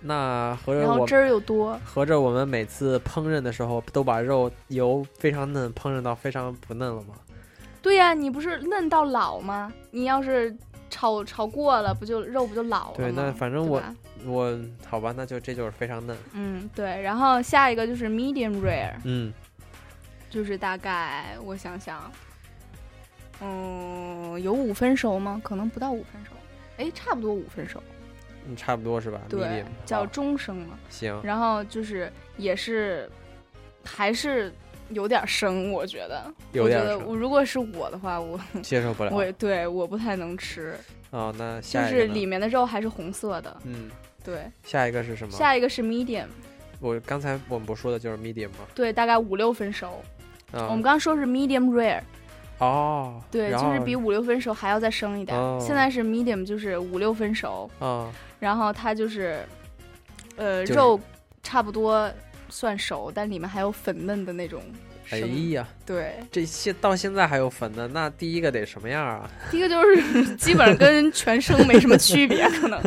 C: 那合着
L: 然后
C: 呃我
L: 汁儿又多，
C: 合着我们每次烹饪的时候，都把肉由非常嫩烹饪到非常不嫩了吗？
L: 对呀、你不是嫩到老吗？你要是炒炒过了，不就肉不就老了
C: 对，那
L: 吗
C: 反正
L: 对
C: 我
L: 吧
C: 我好吧，那就这就是非常嫩。
L: 嗯对，然后下一个就是 medium rare，
C: 嗯，
L: 就是大概我想想，嗯，有五分熟吗？可能不到五分熟，哎，差不多五分熟，
C: 嗯差不多是吧？
L: 对
C: medium，，
L: 叫
C: 好
L: 中生嘛。
C: 行。
L: 然后就是也是还是有点生，我觉得，
C: 有点
L: 我觉得
C: 生
L: 我如果是我的话，我
C: 接受不了
L: 我对我不太能吃，
C: 哦，那
L: 就
C: 下一个
L: 是
C: 呢
L: 里面的肉还是红色的，
C: 嗯，
L: 对。
C: 下一个是什么？
L: 下一个是 medium，
C: 我刚才我们不说的就是 medium 吗？
L: 对，大概五六分熟。
C: 啊，
L: 我们刚说是 medium rare，
C: 哦，
L: 对，
C: 然
L: 就是
C: 后
L: 比五六分熟还要再生一点。
C: 哦
L: 现在是 medium，就是五六分熟，
C: 啊，
L: 然后它就是，呃，
C: 就是
L: 肉差不多算熟，但里面还有粉嫩的那种
C: 哎
L: 生。
C: 呀，
L: 对，
C: 这现到现在还有粉的，那第一个得什么样啊？
L: 第一个就是基本上跟全生没什么 区别，可能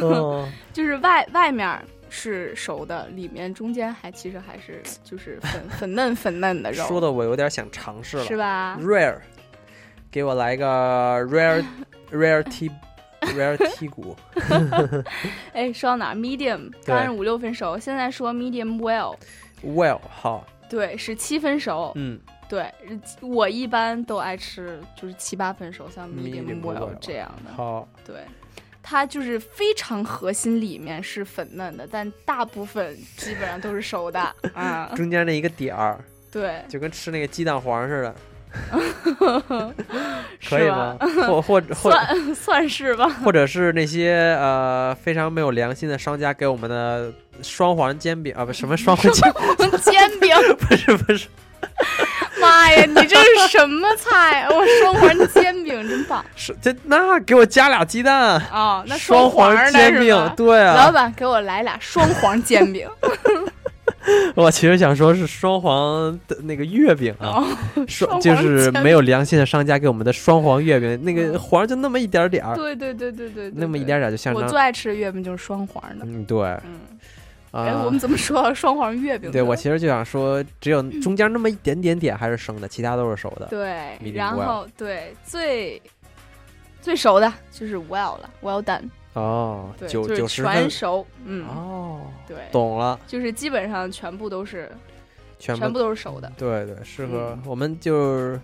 C: 哦
L: 就是外外面儿是熟的，里面中间还其实还是就是粉粉嫩粉嫩的肉，
C: 说的我有点想尝试了，
L: 是吧
C: ？Rare，给我来一个 rare rare T rare T 骨，
L: 哎，说到哪儿？medium，
C: 对
L: 刚才是五六分熟，现在说 medium well，
C: well 好，
L: 对，是七分熟。
C: 嗯，
L: 对，我一般都爱吃就是七八分熟，像
C: medium
L: medium well
C: well
L: 这样的。
C: 好，
L: 对，它就是非常核心里面是粉嫩的，但大部分基本上都是熟的啊。
C: 中间那一个点儿，
L: 对，
C: 就跟吃那个鸡蛋黄似 的，
L: 是
C: 可以吗
L: 吧？？
C: 或或或
L: 算算是吧，
C: 或者是那些呃非常没有良心的商家给我们的双黄煎饼啊，不什么双黄煎
L: 煎饼
C: 不是不是
L: 妈呀，你这是什么菜？我双黄煎饼真 棒
C: 是这那给我加俩鸡蛋
L: 啊！那
C: 双黄
L: 黄呢
C: 煎
L: 是
C: 饼
L: 吧
C: 对啊
L: 老板给我来俩双黄煎饼。
C: 我其实想说是双黄的那个月饼啊， 双
L: 哦双
C: 就
L: 黄
C: 是
L: 煎饼嗯
C: 没有良心的商家给我们的双黄月饼，那个黄就那么一点点儿，
L: 对对对对对对，
C: 啊那么一点点儿就
L: 对
C: 像
L: 我最爱吃的月饼就是双黄的。
C: 嗯对，
L: 哎，
C: 啊
L: 我们。怎么说到双黄月饼呢？
C: 对，我其实就想说，只有中间那么一点点点还是生的，其他都是熟的。
L: 对
C: Medium，
L: 然
C: well
L: 后对最最熟的就是 well 了，well done，
C: 哦，
L: 对，
C: 九
L: 就
C: 九
L: 是
C: 十
L: 全
C: 分
L: 熟，嗯，
C: 哦，
L: 对，
C: 懂了，
L: 就是基本上全部都是
C: 全部
L: 全部嗯都是熟的，
C: 对对，适合、我们就是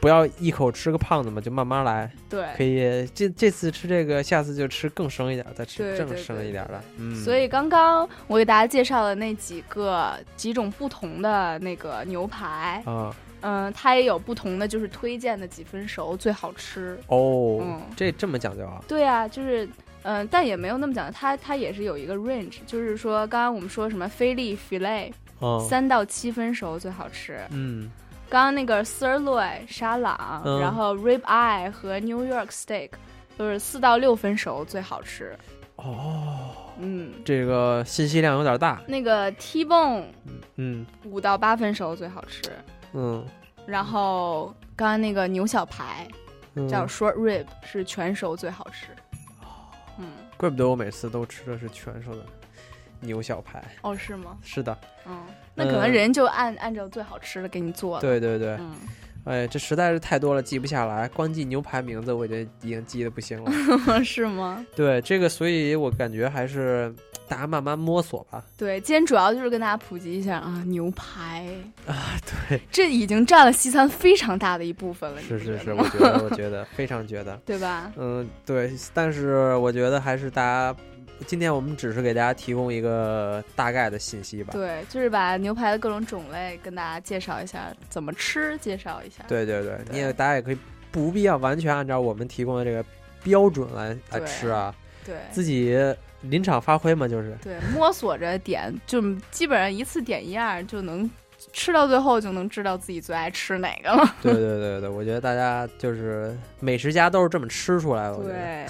C: 不要一口吃个胖的嘛，就慢慢来。
L: 对
C: 可以这这次吃这个，下次就吃更生一点儿，再吃
L: 对
C: 更
L: 对
C: 生一点儿的。嗯，
L: 所以刚刚我给大家介绍的那几个几种不同的那个牛排，
C: 啊
L: 嗯、它也有不同的，就是推荐的几分熟最好吃。
C: 哦，
L: 嗯
C: 这这么讲究啊？
L: 对啊，就是嗯、呃但也没有那么讲，它它也是有一个 range，就是说刚刚我们说什么菲力 filet，、
C: 哦
L: 三到七分熟最好吃。
C: 嗯，
L: 刚刚那个 sirloin 沙朗，
C: 嗯
L: 然后 rib eye 和 New York steak 都是四到六分熟最好吃。
C: 哦，
L: 嗯，
C: 这个信息量有点大。
L: 那个 T bone
C: 嗯
L: 五到八分熟最好吃。
C: 嗯
L: 然后刚刚那个牛小排
C: 嗯，
L: 叫 short rib 是全熟最好吃。
C: 哦
L: 嗯，
C: 怪不得我每次都吃的是全熟的牛小排。
L: 哦，是吗？
C: 是的，
L: 嗯，那可能
C: 嗯
L: 人就按按照最好吃的给你做了。
C: 对对对，
L: 嗯，
C: 哎，这实在是太多了，记不下来，光记牛排名字我就已经记得不行了。
L: 是吗？
C: 对这个，所以我感觉还是大家慢慢摸索吧。
L: 对，今天主要就是跟大家普及一下啊，牛排
C: 啊，对，
L: 这已经占了西餐非常大的一部分了，你
C: 是
L: 不
C: 是是，
L: 吗
C: 我觉得我觉得非常觉得，
L: 对吧？
C: 嗯，对，但是我觉得还是大家，今天我们只是给大家提供一个大概的信息吧。
L: 对，就是把牛排的各种种类跟大家介绍一下，怎么吃介绍一下。
C: 对对对，你也大家也可以不必要完全按照我们提供的这个标准来来
L: 对
C: 吃啊，
L: 对
C: 自己临场发挥嘛， 就是。
L: 对，摸索着点，就基本上一次点一样就能吃到最后就能知道自己最爱吃哪个了。
C: 对对对对，我觉得大家就是美食家都是这么吃出来的。我觉得
L: 对，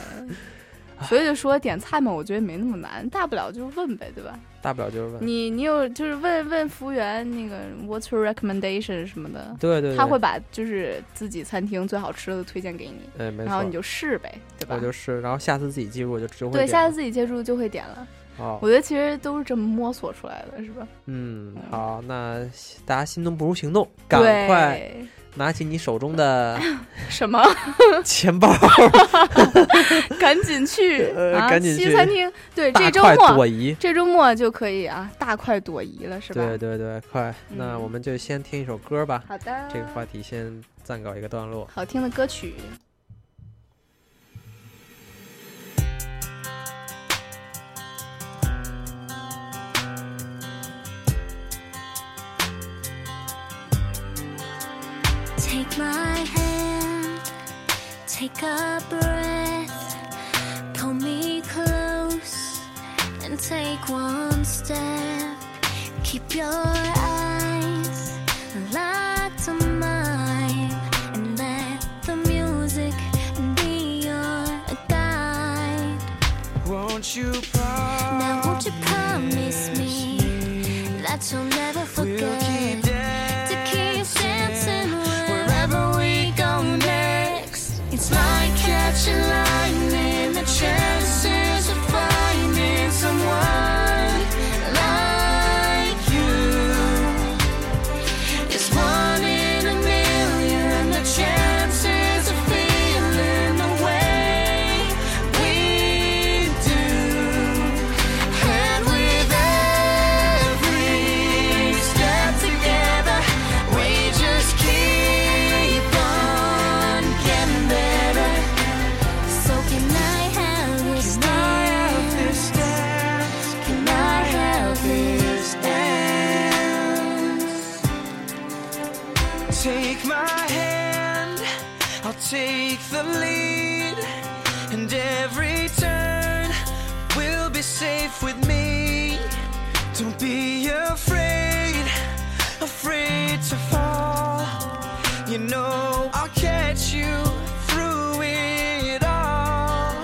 L: 所以就说点菜嘛，我觉得没那么难，大不了就问呗，对吧？
C: 大不了就是问。
L: 你你有就是问问服务员那个 What's your recommendation 什么的，
C: 对对对
L: 他会把就是自己餐厅最好吃的推荐给你，
C: 哎没错
L: 然后你就试呗，对吧？
C: 我就是，然后下次自己记住我就只会
L: 对，
C: 点
L: 下
C: 了嗯
L: 次自己接触就会点了。
C: 哦
L: 我觉得其实都是这么摸索出来的，是吧？
C: 嗯，好，那大家心动不如行动，赶
L: 对
C: 快拿起你手中的
L: 什么？
C: 钱包，
L: 赶紧去、
C: 呃
L: 啊！
C: 赶紧
L: 西
C: 去
L: 餐厅，对，
C: 大
L: 这周
C: 快
L: 末
C: 朵 颐
L: 这周末就可以啊，大快朵颐了，是吧？
C: 对对对，快，那
L: 嗯
C: 我们就先听一首歌吧。
L: 好的
C: 这个话题先暂告一个段落。
L: 好听的歌曲。
I: Take my hand, take a breath, pull me close and take one step. Keep your eyes locked on mine and let the music be your guide. Won't you promise? Now won't you promise me that you'll never forget to keep dancing wherever we go next? It's like catching lightning. The chances of finding someone like you is one in a million. The chances of feeling the way we do. And with every step together, we just keep on getting better. So can I have this dance? Can I have this dance?
H: Take my hand, I'll take the lead, and every turn will be safe with me. Don't be afraid, afraid to fall. You know I'll catch you through it all,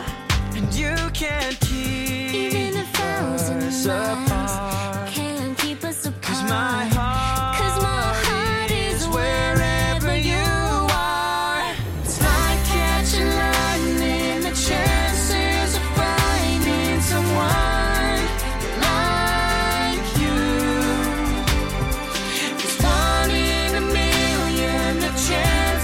H: and you can't keep
I: Even a thousand
H: us apart.
I: Can't keep us apart.
H: Cause my heart,
I: Cause my heart is wherever you are. It's like catching lightning. The chances of finding someone like you is one in a million. The chances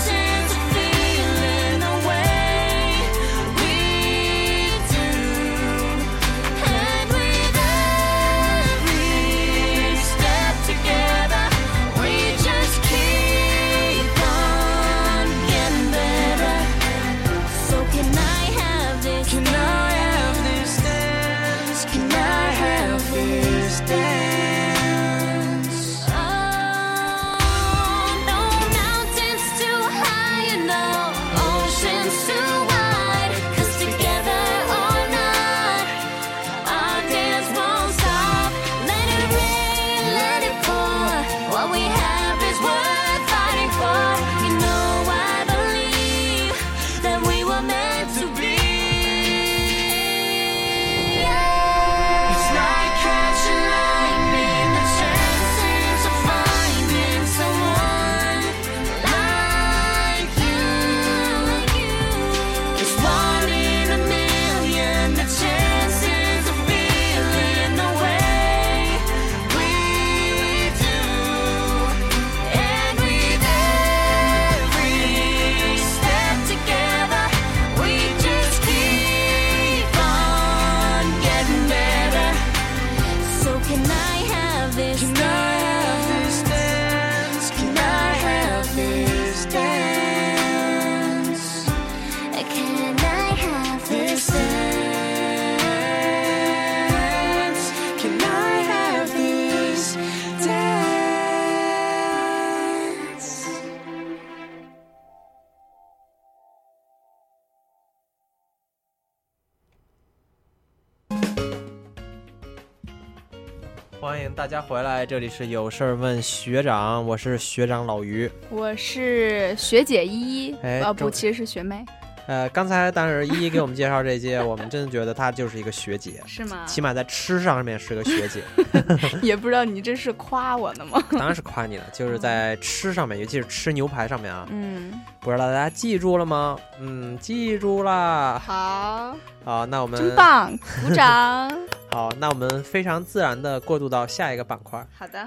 C: 欢迎大家回来，这里是有事儿问学长，我是学长老于。
L: 我是学姐依依，
C: 哎
L: 啊不，
C: 中
L: 其实是学妹，
C: 呃，刚才当然依依给我们介绍这 些，我们真的觉得她就是一个学姐，
L: 是吗
C: 起码在吃上面是个学姐，
L: 也不知道你这是夸我呢吗？
C: 当然是夸你了，就是在吃上 面，尤其是吃牛排上面啊，
L: 嗯，
C: 不知道大家记住了吗？嗯，记住啦。
L: 好，
C: 好，那我们
L: 真棒，鼓。掌。
C: 好，那我们非常自然的过渡到下一个板块，
L: 好的，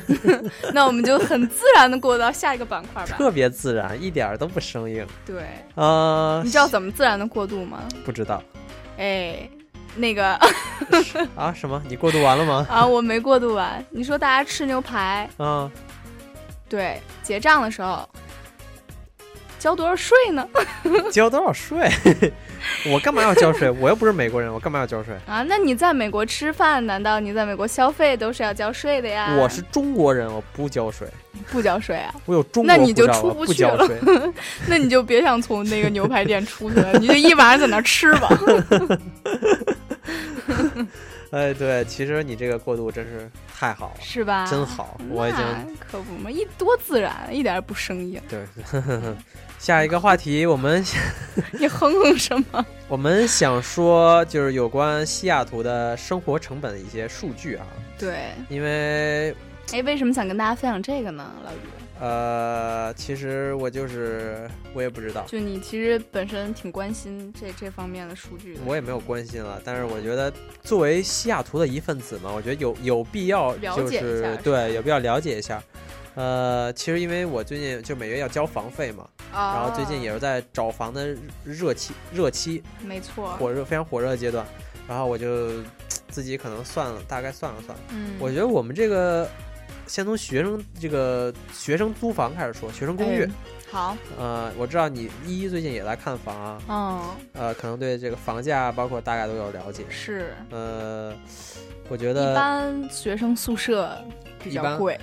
L: 那我们就很自然的过到下一个板块吧。
C: 特别自然，一点儿都不生硬。
L: 对，
C: 呃
L: 你，知道怎么自然的过渡吗？
C: 不知道
L: 哎，那个
C: 啊？什么？你过渡完了吗？
L: 啊，我没过渡完。你说大家吃牛排，
C: 啊，
L: 对，结账的时候交多少税呢？
C: 交多少税？ 我干嘛要交税？我又不是美国人，我干嘛要交税？
L: 啊，那你在美国吃饭，难道你在美国消费都是要交税的呀？
C: 我是中国人，我不交税，
L: 不交税啊？
C: 我有中
L: 那
C: 国
L: 你
C: 护
L: 就
C: 照，
L: 出
C: 我
L: 去
C: 交
L: 了
C: 税。，
L: 那你就别想从那个牛排店出去了，你就一晚上在那儿吃吧。
C: 哎，对，其实你这个过渡真是太好了，
L: 是吧
C: 真好，
L: 那
C: 我已经
L: 可不嘛，一多自然，一点儿也不生硬。
C: 对。 下一个话题，我们
L: 你哼哼什么？
C: 我们想说就是有关西雅图的生活成本的一些数据啊，
L: 对，
C: 因为
L: 哎，为什么想跟大家分享这个呢，老于？
C: 呃，其实我就是我也不知道，
L: 就你其实本身挺关心这这方面的数据的，
C: 我也没有关心了，但是我觉得作为西雅图的一份子嘛，我觉得有有必要
L: 了
C: 就
L: 解一下
C: 是
L: 是
C: 对有必要了解一下。呃，其实因为我最近就每月要交房费嘛，然后最近也是在找房的热期热期
L: 哦没错，
C: 火热非常火热的阶段，然后我就自己可能算了大概算了算，
L: 嗯
C: 我觉得我们这个先从学生这个学生租房开始说，学生公寓。
L: 哎好，
C: 呃，我知道你依依最近也在看房啊，
L: 嗯，
C: 呃，可能对这个房价包括大概都有了解。
L: 是
C: 呃，我觉
L: 一
C: 得
L: 般学生宿舍比
C: 一
L: 较
C: 般
L: 贵，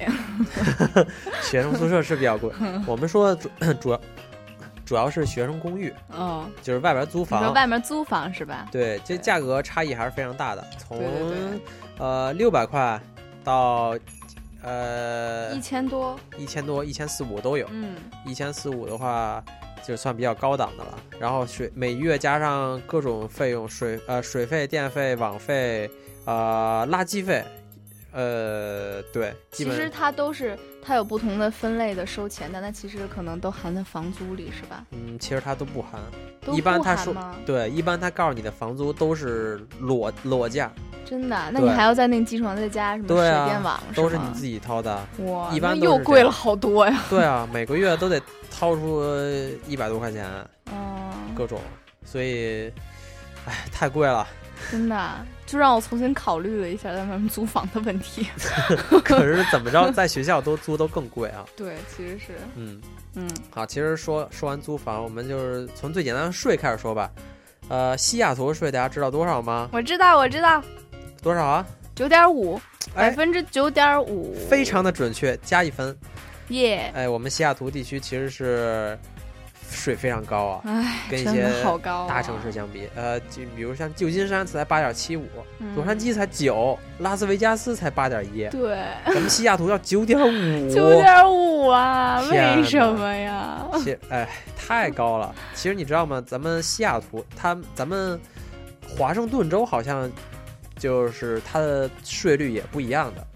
C: 学生宿舍是比较 贵
L: 嗯。
C: 我们说的主 主要主要是学生公寓，
L: 嗯，
C: 就是外边租
L: 你说
C: 房，
L: 外面租房是吧？
C: 对，这价格差异还是非常大的，从
L: 对对
C: 呃六百块到呃
L: 一千多，
C: 一千多、一千四五都有。
L: 嗯，
C: 一千四五的话，就算比较高档的了。然后水每月加上各种费用，水呃水费、电费、网费，呃垃圾费，呃对，基
L: 其
C: 本
L: 实它都是它有不同的分类的收钱，但它其实可能都含在房租里，是吧？
C: 嗯其实它都不含。
L: 都
C: 一般
L: 不
C: 他
L: 含
C: 说
L: 吗
C: 对，一般他告诉你的房租都是裸裸价，
L: 真的啊？那你
C: 对
L: 还要在那个基础上再加什么水
C: 对啊，
L: 电网？
C: 都是
L: 吗
C: 你自己掏的，
L: 哇，
C: 一
L: 那
C: 般都
L: 又
C: 是这
L: 贵
C: 样
L: 了好多呀。
C: 对啊，每个月都得掏出一百多块钱，
L: 嗯，
C: 各种，所以，哎，太贵了。
L: 真的啊，就让我重新考虑了一下在外面租房的问题。
C: 可是怎么着，在学校都租都更贵啊。
L: 对，其实是，
C: 嗯，
L: 嗯，
C: 好，其实说说完租房，我们就是从最简单的税开始说吧。呃，西雅图的税大家知道多少吗？
L: 我知道，我知道，
C: 多少啊？
L: 九点五，
C: 哎
L: 百分之九点五，
C: 非常的准确，加一分。
L: 耶！
C: 哎，我们西雅图地区其实是税非常高啊，
L: 唉
C: 跟一
L: 真
C: 些
L: 的好高啊
C: 大城市相比，呃，就比如像旧金山才八点七五，
L: 嗯
C: 洛杉矶才九，拉斯维加斯才八点一，
L: 对，
C: 咱们西雅图要九点五，
L: 九点五啊，
C: 天
L: 为
C: 哪
L: 什么呀？
C: 其哎太高了。其实你知道吗？咱们西雅图，它咱们华盛顿州好像就是它的税率也不一样的。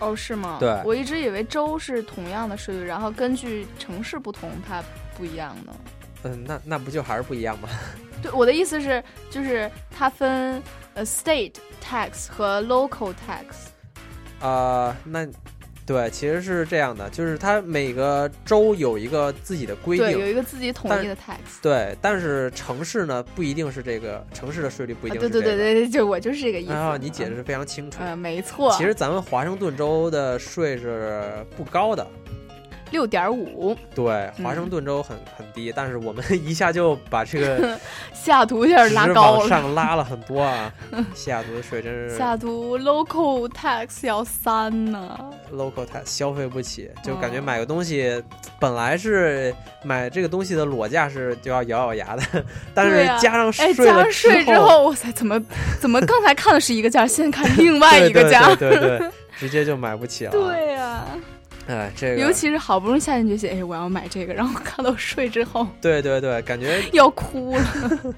L: 哦，是吗？
C: 对
L: 我一直以为州是同样的税率，然后根据城市不同，它不一样呢。
C: 嗯，那那不就还是不一样吗？
L: 对，我的意思是，就是它分呃 state tax 和 local tax。
C: 啊、那对，其实是这样的，就是它每个州有一个自己的规定，
L: 对，有一个自己统一的
C: 但
L: tax。
C: 对，但是城市呢不一定是这个，城市的税率不一定
L: 啊对
C: 是
L: 对
C: 这个。
L: 对对对，就我就是这个意思。
C: 啊，你解释非常
L: 嗯
C: 清楚。
L: 呃，没错。
C: 其实咱们华盛顿州的税是不高的，
L: 六点五，
C: 对，
L: 嗯
C: 华盛顿州很、很低，但是我们 一下就把这个
L: 西雅图一下 拉高
C: 往
L: 了。
C: 上拉了很多啊。西雅图的税真是
L: 西雅图 local tax 要三呢，嗯
C: local 它消费不起，就感觉买个东西、本来是买这个东西的裸价是就要咬咬牙的，但是
L: 对呀
C: 加上
L: 哎，
C: 税
L: 加
C: 了
L: 上税之后，哇塞，怎么怎么刚才看的是一个价，现在看 另外一个价？
C: 对对对对对直接就买不起了。
L: 对呀、
C: 哎，这个
L: 尤其是好不容易下定决心，哎，我要买这个，然后看到税之后
C: 对对对，感觉
L: 要哭了。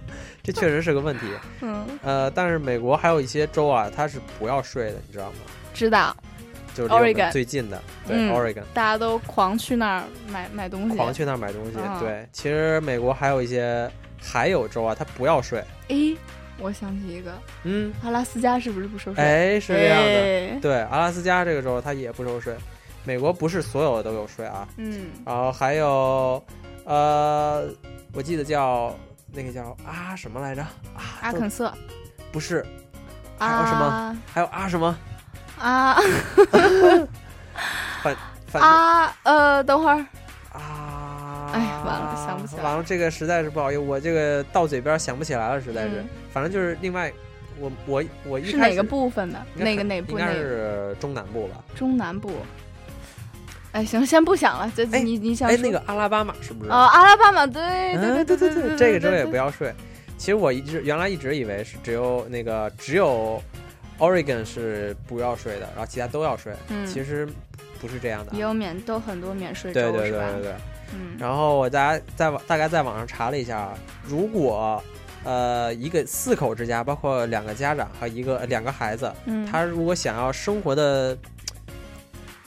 C: 这确实是个问题。
L: 嗯，
C: 呃，但是美国还有一些州啊，它是不要税的，你知道吗？
L: 知道，
C: 就是离我们
L: Oregon
C: 最近的，对、
L: 嗯
C: o r e g o n
L: 大家都狂去那儿买买东西，
C: 狂去那儿买东西。
L: 啊
C: 对，其实美国还有一些还有州啊，它不要税。
L: 哎，我想起一个，
C: 嗯，
L: 阿拉斯加是不是不收税？
C: 哎，是这样的
L: 哎，
C: 对，阿拉斯加这个州它也不收税，美国不是所有的都有税啊，
L: 嗯，
C: 然后还有，呃，我记得叫那个叫啊什么来着？
L: 阿肯色，
C: 不是，
L: 啊
C: 还有什么？还有啊什么？
L: 啊
C: 反反正、
L: 啊呃，等会儿啊，哎，完了，想不起来。
C: 完了，这个实在是不好意思，我这个到嘴边想不起来了，实在是，
L: 嗯
C: 反正就是另外，我我我一
L: 是
C: 开始
L: 哪个部分的？
C: 应该
L: 哪个
C: 是
L: 哪部？
C: 应该
L: 哪个
C: 是中南部吧。
L: 中南部。哎，行，先不想了。这你你想
C: 哎，
L: 说
C: 那个阿拉巴马是不是？
L: 哦，阿拉巴马，对
C: 嗯
L: 对对对对
C: 这个州也不要税。其实我一直原来一直以为是只有那个只有 Oregon 是不要税的，然后其他都要税。
L: 嗯
C: 其实不是这样的啊
L: 也。有免都很多免税州
C: 对对对
L: 是吧
C: 对对。
L: 嗯，
C: 然后我大家在网大概在网上查了一下，啊如果呃一个四口之家，包括两个家长和一个呃两个孩子，
L: 嗯
C: 他如果想要生活的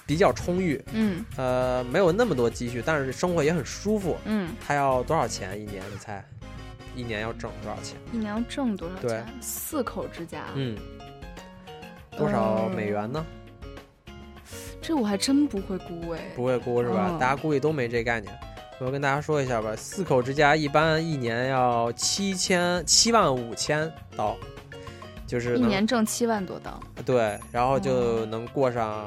C: 比较充裕，
L: 嗯
C: 呃没有那么多积蓄，但是生活也很舒服，
L: 嗯，
C: 他要多少钱一年？你猜，一年要挣多少钱？
L: 一年要挣多少
C: 对
L: 钱？四口之家，
C: 嗯，多少
L: 嗯
C: 美元呢？
L: 这我还真不会估哎。
C: 不会估是吧？
L: 嗯
C: 大家估计都没这概念。我跟大家说一下吧，四口之家一般一年要七千七万五千刀，就是
L: 一
C: 能
L: 年挣七万多刀，嗯
C: 对，然后就能过上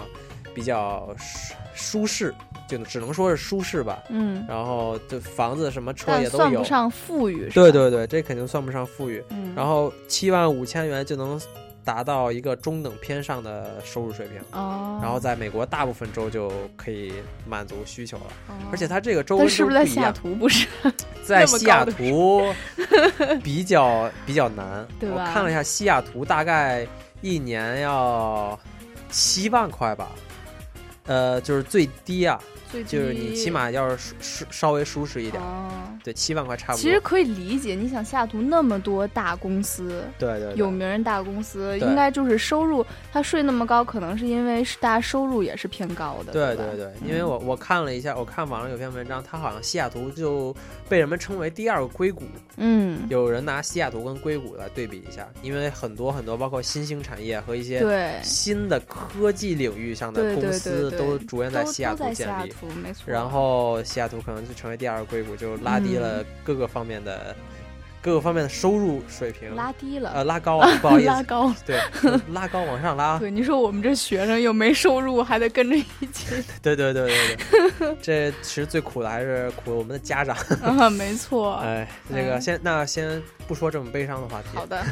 C: 比较舒舒适，就只能说是舒适吧。
L: 嗯
C: 然后这房子什么车
L: 但
C: 也都
L: 算
C: 有
L: 不，上富裕。是吧
C: 对，对对，这肯定算不上富裕。
L: 嗯
C: 然后七万五千元就能达到一个中等偏上的收入水平。
L: 哦，
C: 然后在美国大部分州就可以满足需求了，
L: 哦
C: 而且它这个州
L: 但
C: 跟
L: 是
C: 州
L: 不是在
C: 一
L: 西雅
C: 样，
L: 图不是？
C: 在
L: 那么
C: 西雅
L: 高的
C: 图比较比较难。
L: 对
C: 我
L: 吧
C: 看了一下，西雅图大概一年要七万块吧，呃，就是最低啊，
L: 最
C: 就是你
L: 低
C: 起码要是舒舒稍微舒适一点，
L: 哦，
C: 对，七万块差不多。
L: 其实可以理解。你想西雅图那么多大公司，
C: 对对对
L: 有名人大公
C: 对
L: 司，应该就是收入，它税那么高，可能是因为是大家收入也是偏高的。
C: 对
L: 吧
C: 对对，因为我我看了一下，我看网上有篇文章，它好像西雅图就被人们称为第二个硅谷。
L: 嗯
C: 有人拿西雅图跟硅谷来对比一下，因为很多很多包括新兴产业和一些
L: 对
C: 新的科技领域上的
L: 对
C: 公
L: 对
C: 司
L: 对对，
C: 都逐渐在西雅
L: 都
C: 图
L: 在西
C: 建
L: 雅
C: 立。
L: 图，没错。
C: 然后西雅图可能就成为第二个硅谷，就拉低了各个方面的、各个方面的收入水平，
L: 拉低了
C: 呃，拉高了，不好意思，啊
L: 拉高了
C: 对，拉高往上拉，
L: 对，你说我们这学生又没收入，还得跟着一起，
C: 对对对对 对，这其实最苦的还是苦我们的家长。
L: 啊，没错。
C: 哎，这个
L: 嗯
C: 先那先不说这么悲伤的话题。
L: 好的，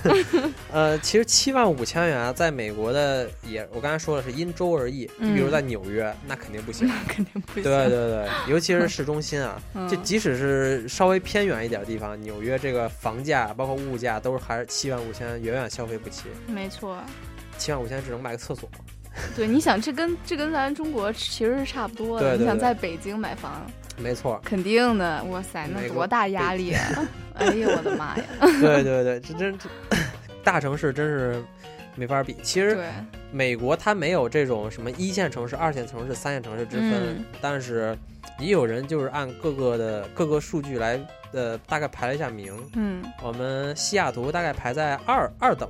C: 呃，其实七万五千元啊，在美国的也，我刚才说了是因州而异。你比如
L: 嗯
C: 在纽约，那肯定不行，
L: 肯定不
C: 对
L: 行。，
C: 对对，尤其是市中心啊
L: 嗯
C: 就即使是稍微偏远一点的地方，纽约这个房价包括物价都是还是七万五千远远消费不起，
L: 嗯没错。
C: 七万五千只能买个厕所。
L: 对，你想这跟这跟咱中国其实是差不多的。
C: 对对
L: 你想
C: 对
L: 在北京买房，
C: 没错，
L: 肯定的，哇塞，那
C: 美国
L: 多大压力啊！哎呦我的妈呀！
C: 对对对，这真这大城市真是没法比。其实
L: 对
C: 美国它没有这种什么一线城市、二线城市、三线城市之分，
L: 嗯
C: 但是也有人就是按各个的各个数据来呃大概排了一下名。
L: 嗯，
C: 我们西雅图大概排在二二等，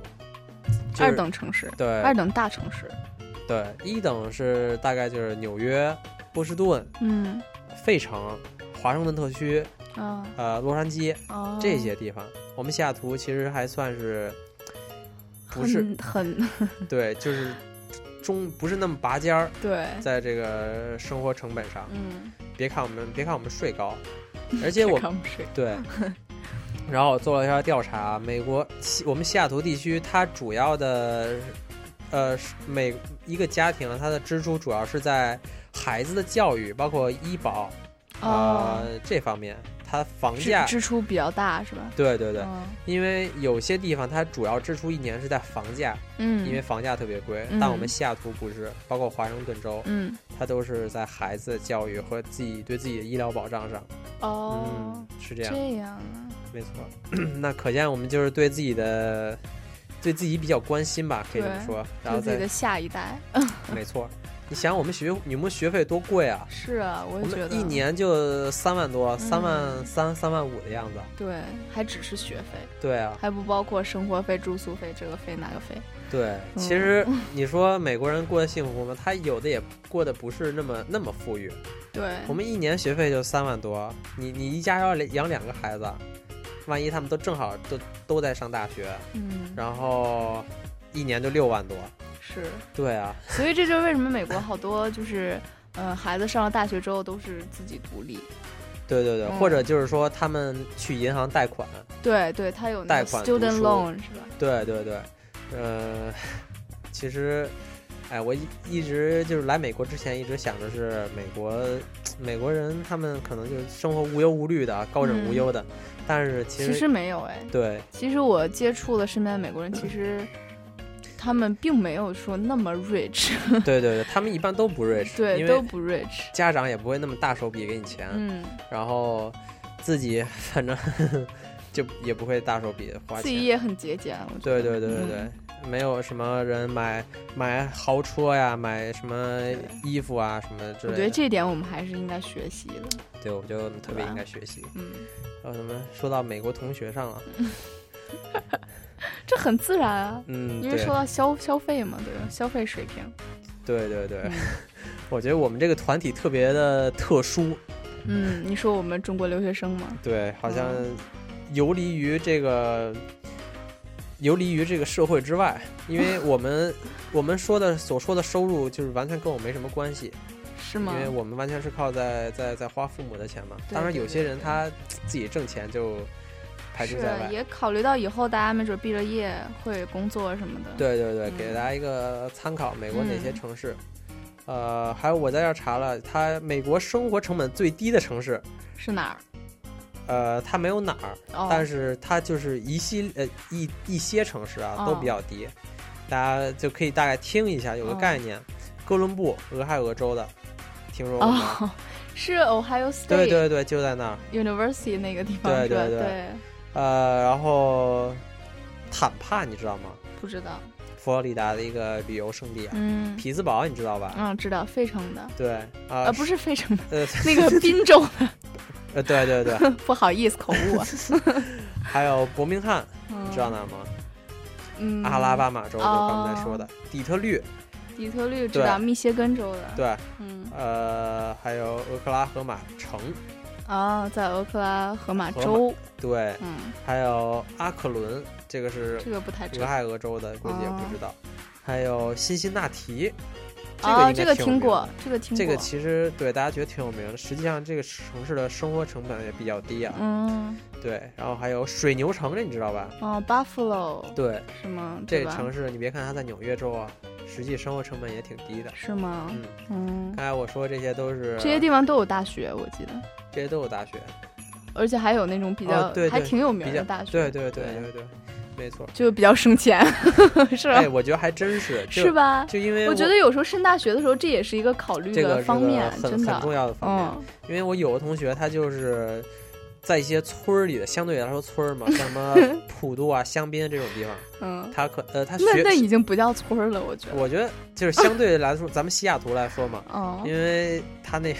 C: 就是
L: 二等城市，
C: 对
L: 二等大城市，
C: 对，一等是大概就是纽约、波士顿、
L: 嗯
C: 费城、华盛顿特区、
L: 啊，
C: 呃洛杉矶、
L: 哦
C: 这些地方。我们西雅图其实还算是不是
L: 很很
C: 对，就是中不是那么拔尖儿，
L: 对
C: 在这个生活成本上，
L: 嗯，
C: 别看我们别看我们税 高，而且我
L: 别看我们税
C: 对。然后我做了一下调查，美国西我们西雅图地区，它主要的呃是每一个家庭它的支出主要是在孩子的教育，包括医保啊、呃这方面，它房
L: 哦支
C: 价
L: 支出比较大是吧？
C: 对对对，
L: 嗯
C: 因为有些地方它主要支出一年是在房价，
L: 嗯
C: 因为房价特别贵，
L: 嗯
C: 但我们西雅图不是，包括华盛顿州，
L: 嗯，
C: 它都是在孩子教育和自己对自己的医疗保障上，
L: 哦
C: 嗯，，是这样，
L: 这样啊，
C: 没错。 那可见我们就是对自己的，对自己比较关心吧，可以这么
L: 对
C: 说，然
L: 对
C: 后
L: 自己的
C: 再
L: 下一代
C: 没错。你想我们学你们学费多贵啊？
L: 是啊，我
C: 我
L: 也觉
C: 们
L: 得
C: 一年就三万多，三万
L: 嗯
C: 三三万五的样子。
L: 对，还只是学费，
C: 对啊，
L: 还不包括生活费、住宿费、这个费那个费。
C: 对，
L: 嗯
C: 其 实你说美国人过得幸福吗？他有的也过得不是那么那么富裕。
L: 对，
C: 我们一年学费就三万多，你你一家要养两个孩子，万一他们都正好都都在上大学，
L: 嗯
C: 然后一年就六万多。
L: 是，
C: 对啊，
L: 所以这就是为什么 美国好多就是呃孩子上了大学之后都是自己独立。
C: 对对对，
L: 嗯
C: 或者就是说他们去银行贷款，
L: 对对，他有那
C: 贷
L: 个
C: 款
L: student
C: 读书
L: loan 是吧？
C: 对对对，呃，其实，哎，我一一直就是来美国之前一直想着是美国美国人他们可能就是生活无忧无虑的，高
L: 嗯
C: 枕无忧的，但是其实
L: 其实没有哎。
C: 对
L: 其实我接触了身边的美国人，其实他们并没有说那么 rich，
C: 对对对，他们一般都不 rich，
L: 嗯对，
C: 因
L: 都
C: 为
L: 不 rich。
C: 家长也不会那么大手笔给你钱，
L: 嗯，
C: 然后自己反正就也不会大手笔花钱，
L: 自己也很节俭，我觉
C: 对
L: 得。
C: 对对对
L: 嗯
C: 对，没有什么人买买豪车呀，买什么衣服啊，什么之类
L: 我
C: 的。
L: 觉得这点我们还是应该学习的。
C: 对，我觉得我们特别应该学习。
L: 嗯，
C: 然后咱们说到美国同学上了，
L: 这很自然啊。
C: 嗯，
L: 因为
C: 对
L: 说到消消费嘛，对吧？消费水平，
C: 对对对， 我觉得我们这个团体特别的特殊，
L: 嗯，你说我们中国留学生嘛，
C: 对，好像游离于这个。游离于这个社会之外，因为我们我们说的所说的收入就是完全跟我没什么关系，
L: 是吗
C: 因？为我们完全是靠在在在花父母的钱嘛。
L: 对
C: 当然，
L: 对
C: 有些人他自己挣钱就排除
L: 是啊
C: 在外。
L: 也考虑到以后大家没准毕了业会工作什么的。
C: 对对对，
L: 嗯
C: 给大家一个参考，美国哪些城市？呃，还有我在这儿查了，它美国生活成本最低的城市，
L: 是哪儿？
C: 呃，它没有哪儿，
L: 哦
C: 但是它就是一系呃一一些城市啊
L: 哦
C: 都比较低，大家就可以大概听一下，有个
L: 哦
C: 概念。哥伦布，俄亥俄州的，听说过吗？
L: 哦， 是 Ohio
C: 对
L: State
C: 对对，就在那儿。
L: University 那个地方
C: 对
L: 是吧？
C: 对对呃，然后坦帕你知道吗？
L: 不知道。
C: 佛罗里达的一个旅游胜地啊，
L: 嗯
C: 匹兹堡你知道吧？
L: 嗯，知道费城的，
C: 对啊、
L: 呃，不是费城的，
C: 呃
L: 那个滨州
C: 呃对对对，
L: 的， 不好意思，口误啊。
C: 还有伯明翰，
L: 嗯
C: 你知道哪儿吗？
L: 嗯，
C: 阿拉巴马州就是刚才说的，
L: 哦
C: 底特律，
L: 底特律知道，
C: 对
L: 密歇根州的。
C: 对，
L: 嗯，
C: 呃，还有俄克拉荷马城，
L: 啊，在俄克拉荷马
C: 荷
L: 州
C: 马，对，
L: 嗯，
C: 还有阿克伦，这个是
L: 这个不太知道
C: 俄亥俄州的，估计也
L: 哦
C: 不知道。还有辛辛那提，
L: 哦，
C: 这个应
L: 这个
C: 该挺有
L: 听
C: 名
L: 过
C: 的，
L: 这个听过，
C: 这个其实对大家觉得挺有名的，实际上这个城市的生活成本也比较低啊。
L: 嗯，
C: 对，然后还有水牛城，这你知道吧？
L: 哦，Buffalo，
C: 对，
L: 是吗？
C: 这
L: 对
C: 个
L: 吧
C: 城市你别看它在纽约州啊，实际生活成本也挺低的。
L: 是吗？嗯，
C: 刚才哎我说这些都是
L: 这些地方都有大学，我记得，
C: 这些都有大学，
L: 而且还有那种比较、
C: 哦、对对
L: 还挺有名
C: 比较
L: 的大学，
C: 对对对对对，没错。
L: 就比较省钱， 是吧？
C: 哎，我觉得还真是，就是
L: 吧？
C: 就因为
L: 我觉得有时候升大学的时候，这也是一个考虑
C: 这个
L: 的
C: 是
L: 方
C: 个
L: 面，
C: 很
L: 真的嗯
C: 很重要的方面，因为我有的同学他就是在一些村儿里的，相对来说村儿嘛，像什 么普渡啊、香槟这种地方，
L: 嗯，
C: 他可呃他学
L: 那那已经不叫村儿了，我觉得。
C: 我觉得就是相对来说，咱们西雅图来说嘛，
L: 哦
C: 因为它那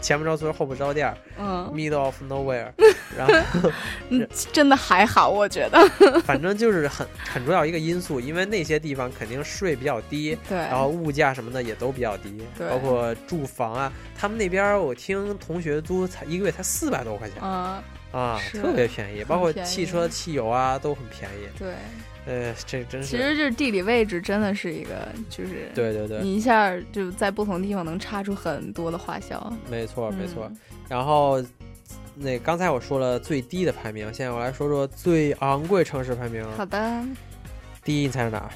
C: 前不着村后不着店儿
L: 嗯
C: ，middle of nowhere，然后
L: 嗯，真的还好，我觉得。
C: 反正就是很很重要一个因素，因为那些地方肯定税比较低，
L: 对
C: 然后物价什么的也都比较低，
L: 对
C: 包括住房啊，他们那边儿我听同学租才一个月才四百多块钱，
L: 嗯，
C: 啊，
L: 是
C: 特别便宜，
L: 很
C: 包括
L: 便宜
C: 汽车汽油啊都很便宜。
L: 对，
C: 呃，这真
L: 其
C: 是
L: 实就是地理位置真的是一个，就是
C: 对对对
L: 你一下就在不同地方能差出很多的花销。
C: 没错没错
L: 嗯。
C: 然后那刚才我说了最低的排名，现在我来说说最昂贵城市排名。
L: 好的，
C: 啊第一你猜是哪儿？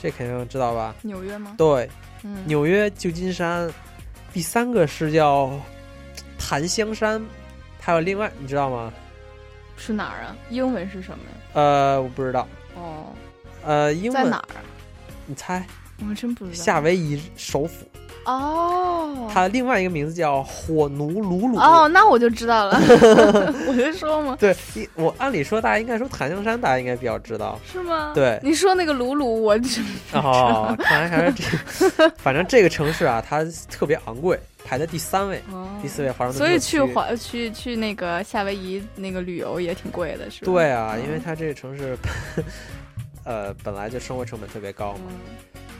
C: 这肯定知道吧？
L: 纽约吗？
C: 对，
L: 嗯
C: 纽约、旧金山，第三个是叫檀香山，还有另外你知道吗？
L: 是哪儿啊？英文是什么呀？
C: 呃，我不知道。
L: 哦，
C: 呃，英文
L: 在哪儿啊？
C: 你猜？
L: 我还真不知道。
C: 夏威夷首府，
L: 哦，
C: 它另外一个名字叫火奴鲁鲁。
L: 哦，那我就知 道了，我就说嘛，
C: 对，一我按理说大家应该说檀香山，大家应该比较知 道。
L: 是吗？
C: 对
L: 你说那个鲁鲁，我 就
C: 哦，檀香山这， 反正这个城市啊，它特别昂贵，排在第三位，
L: 哦
C: 第四位华盛顿
L: 所以
C: 特
L: 去
C: 区
L: 华去去那个夏威夷那个旅游也挺贵的，是吧？
C: 对啊，因为
L: 嗯
C: 它这个城市， 呃，本来就生活成本特别高嘛，
L: 嗯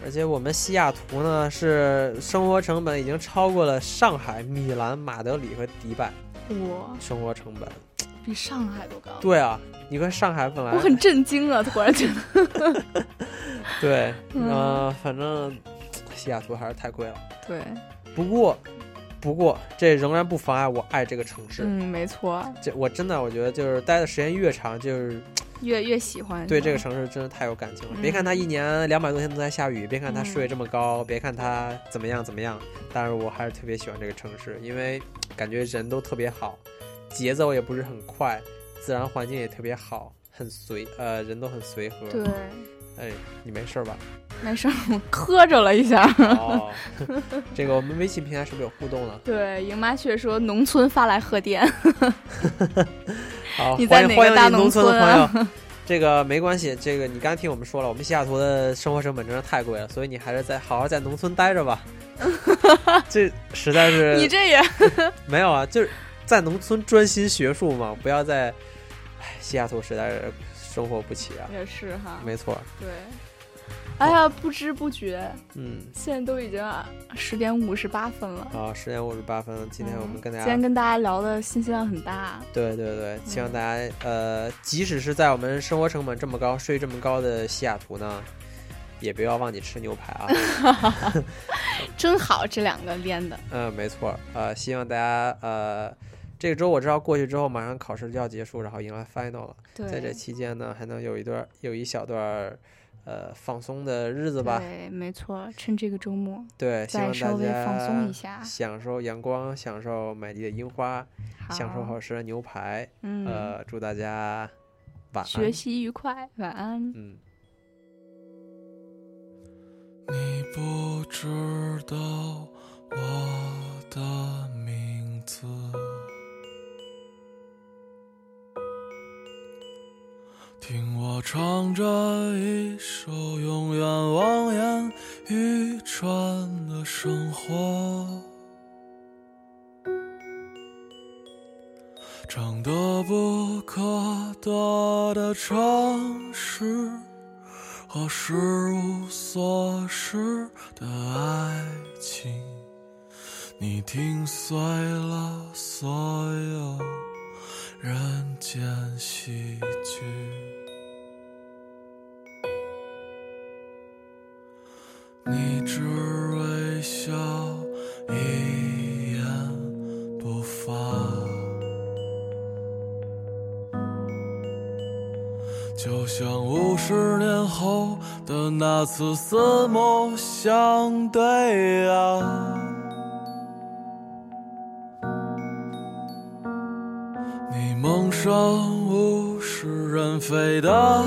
C: 而且我们西雅图呢是生活成本已经超过了上海、米兰、马德里和迪拜
L: 哇，
C: 生活成本。
L: 比上海都高。
C: 对啊，你看上海本来
L: 我很震惊啊！突然觉 得，
C: 对，
L: 嗯
C: 呃，反正西雅图还是太贵了。
L: 对，
C: 不过，不过这仍然不妨碍我爱这个城市。
L: 嗯，没错，
C: 这我真的我觉得就是待的时间越长，就是
L: 越越喜欢
C: 对
L: 是吧
C: 这个城市真的太有感情了。
L: 嗯
C: 别看它一年两百多天都在下雨，别看它
L: 嗯
C: 税这么高，别看它怎么样怎么样，但是我还是特别喜欢这个城市，因为感觉人都特别好，节奏也不是很快，自然环境也特别好，很随呃人都很随和。
L: 对，
C: 哎，你没事儿吧？
L: 没事儿，我磕着了一下。
C: 哦， 这个我们微信平台是不是有互动了？
L: 对，姨妈却说农村发来贺电，
C: 好，
L: 你
C: 欢
L: 在
C: 迎欢
L: 哪个
C: 迎
L: 大
C: 你
L: 农
C: 农村
L: 村
C: 的
L: 啊
C: 朋友。这个没关系，这个你刚才听我们说了，我们西雅图的生活成本真的太贵了，所以你还是在好好在农村待 着吧。这实在是
L: 你 这也
C: 没有啊，就是在农村专心学术嘛，不要在唉西雅图实在是生活不起啊。
L: 也是哈，
C: 没错，
L: 对。哎呀，不知不觉，
C: 嗯，
L: 现在都已经十点五十八分了。嗯
C: 好，十点五十八分，今天我们跟大
L: 今
C: 家、
L: 天跟大家聊的信息量很大，嗯
C: 对对对，希望大家、呃，即使是在我们生活成本这么高、税这么高的西雅图呢，也不要忘记吃牛排啊。
L: 真好，这两个连的。
C: 嗯，没错儿，呃，希望大家呃，这个周我知道过去之后，马上考试就要结束，然后迎来 final 了。
L: 对
C: 在这期间呢，还能有一段儿有一小段儿呃放松的日子吧。
L: 对，没错，趁这个周末，
C: 对，希望
L: 再
C: 大
L: 稍微
C: 家
L: 放松一下。
C: 享受阳光，享受美丽的樱花，享受
L: 好
C: 好吃的牛排。
L: 嗯
C: 呃，祝大家晚安。
L: 学习愉快，晚安。
C: 嗯。
M: 你不知道我的名字，听我唱着一首永远望眼欲穿的生活，唱得不可得的城市。和十无所失的爱情，你听碎了所有人间喜剧。你只微笑，一言不发。就像五十年后的那次四目相对啊，你蒙上物是人非的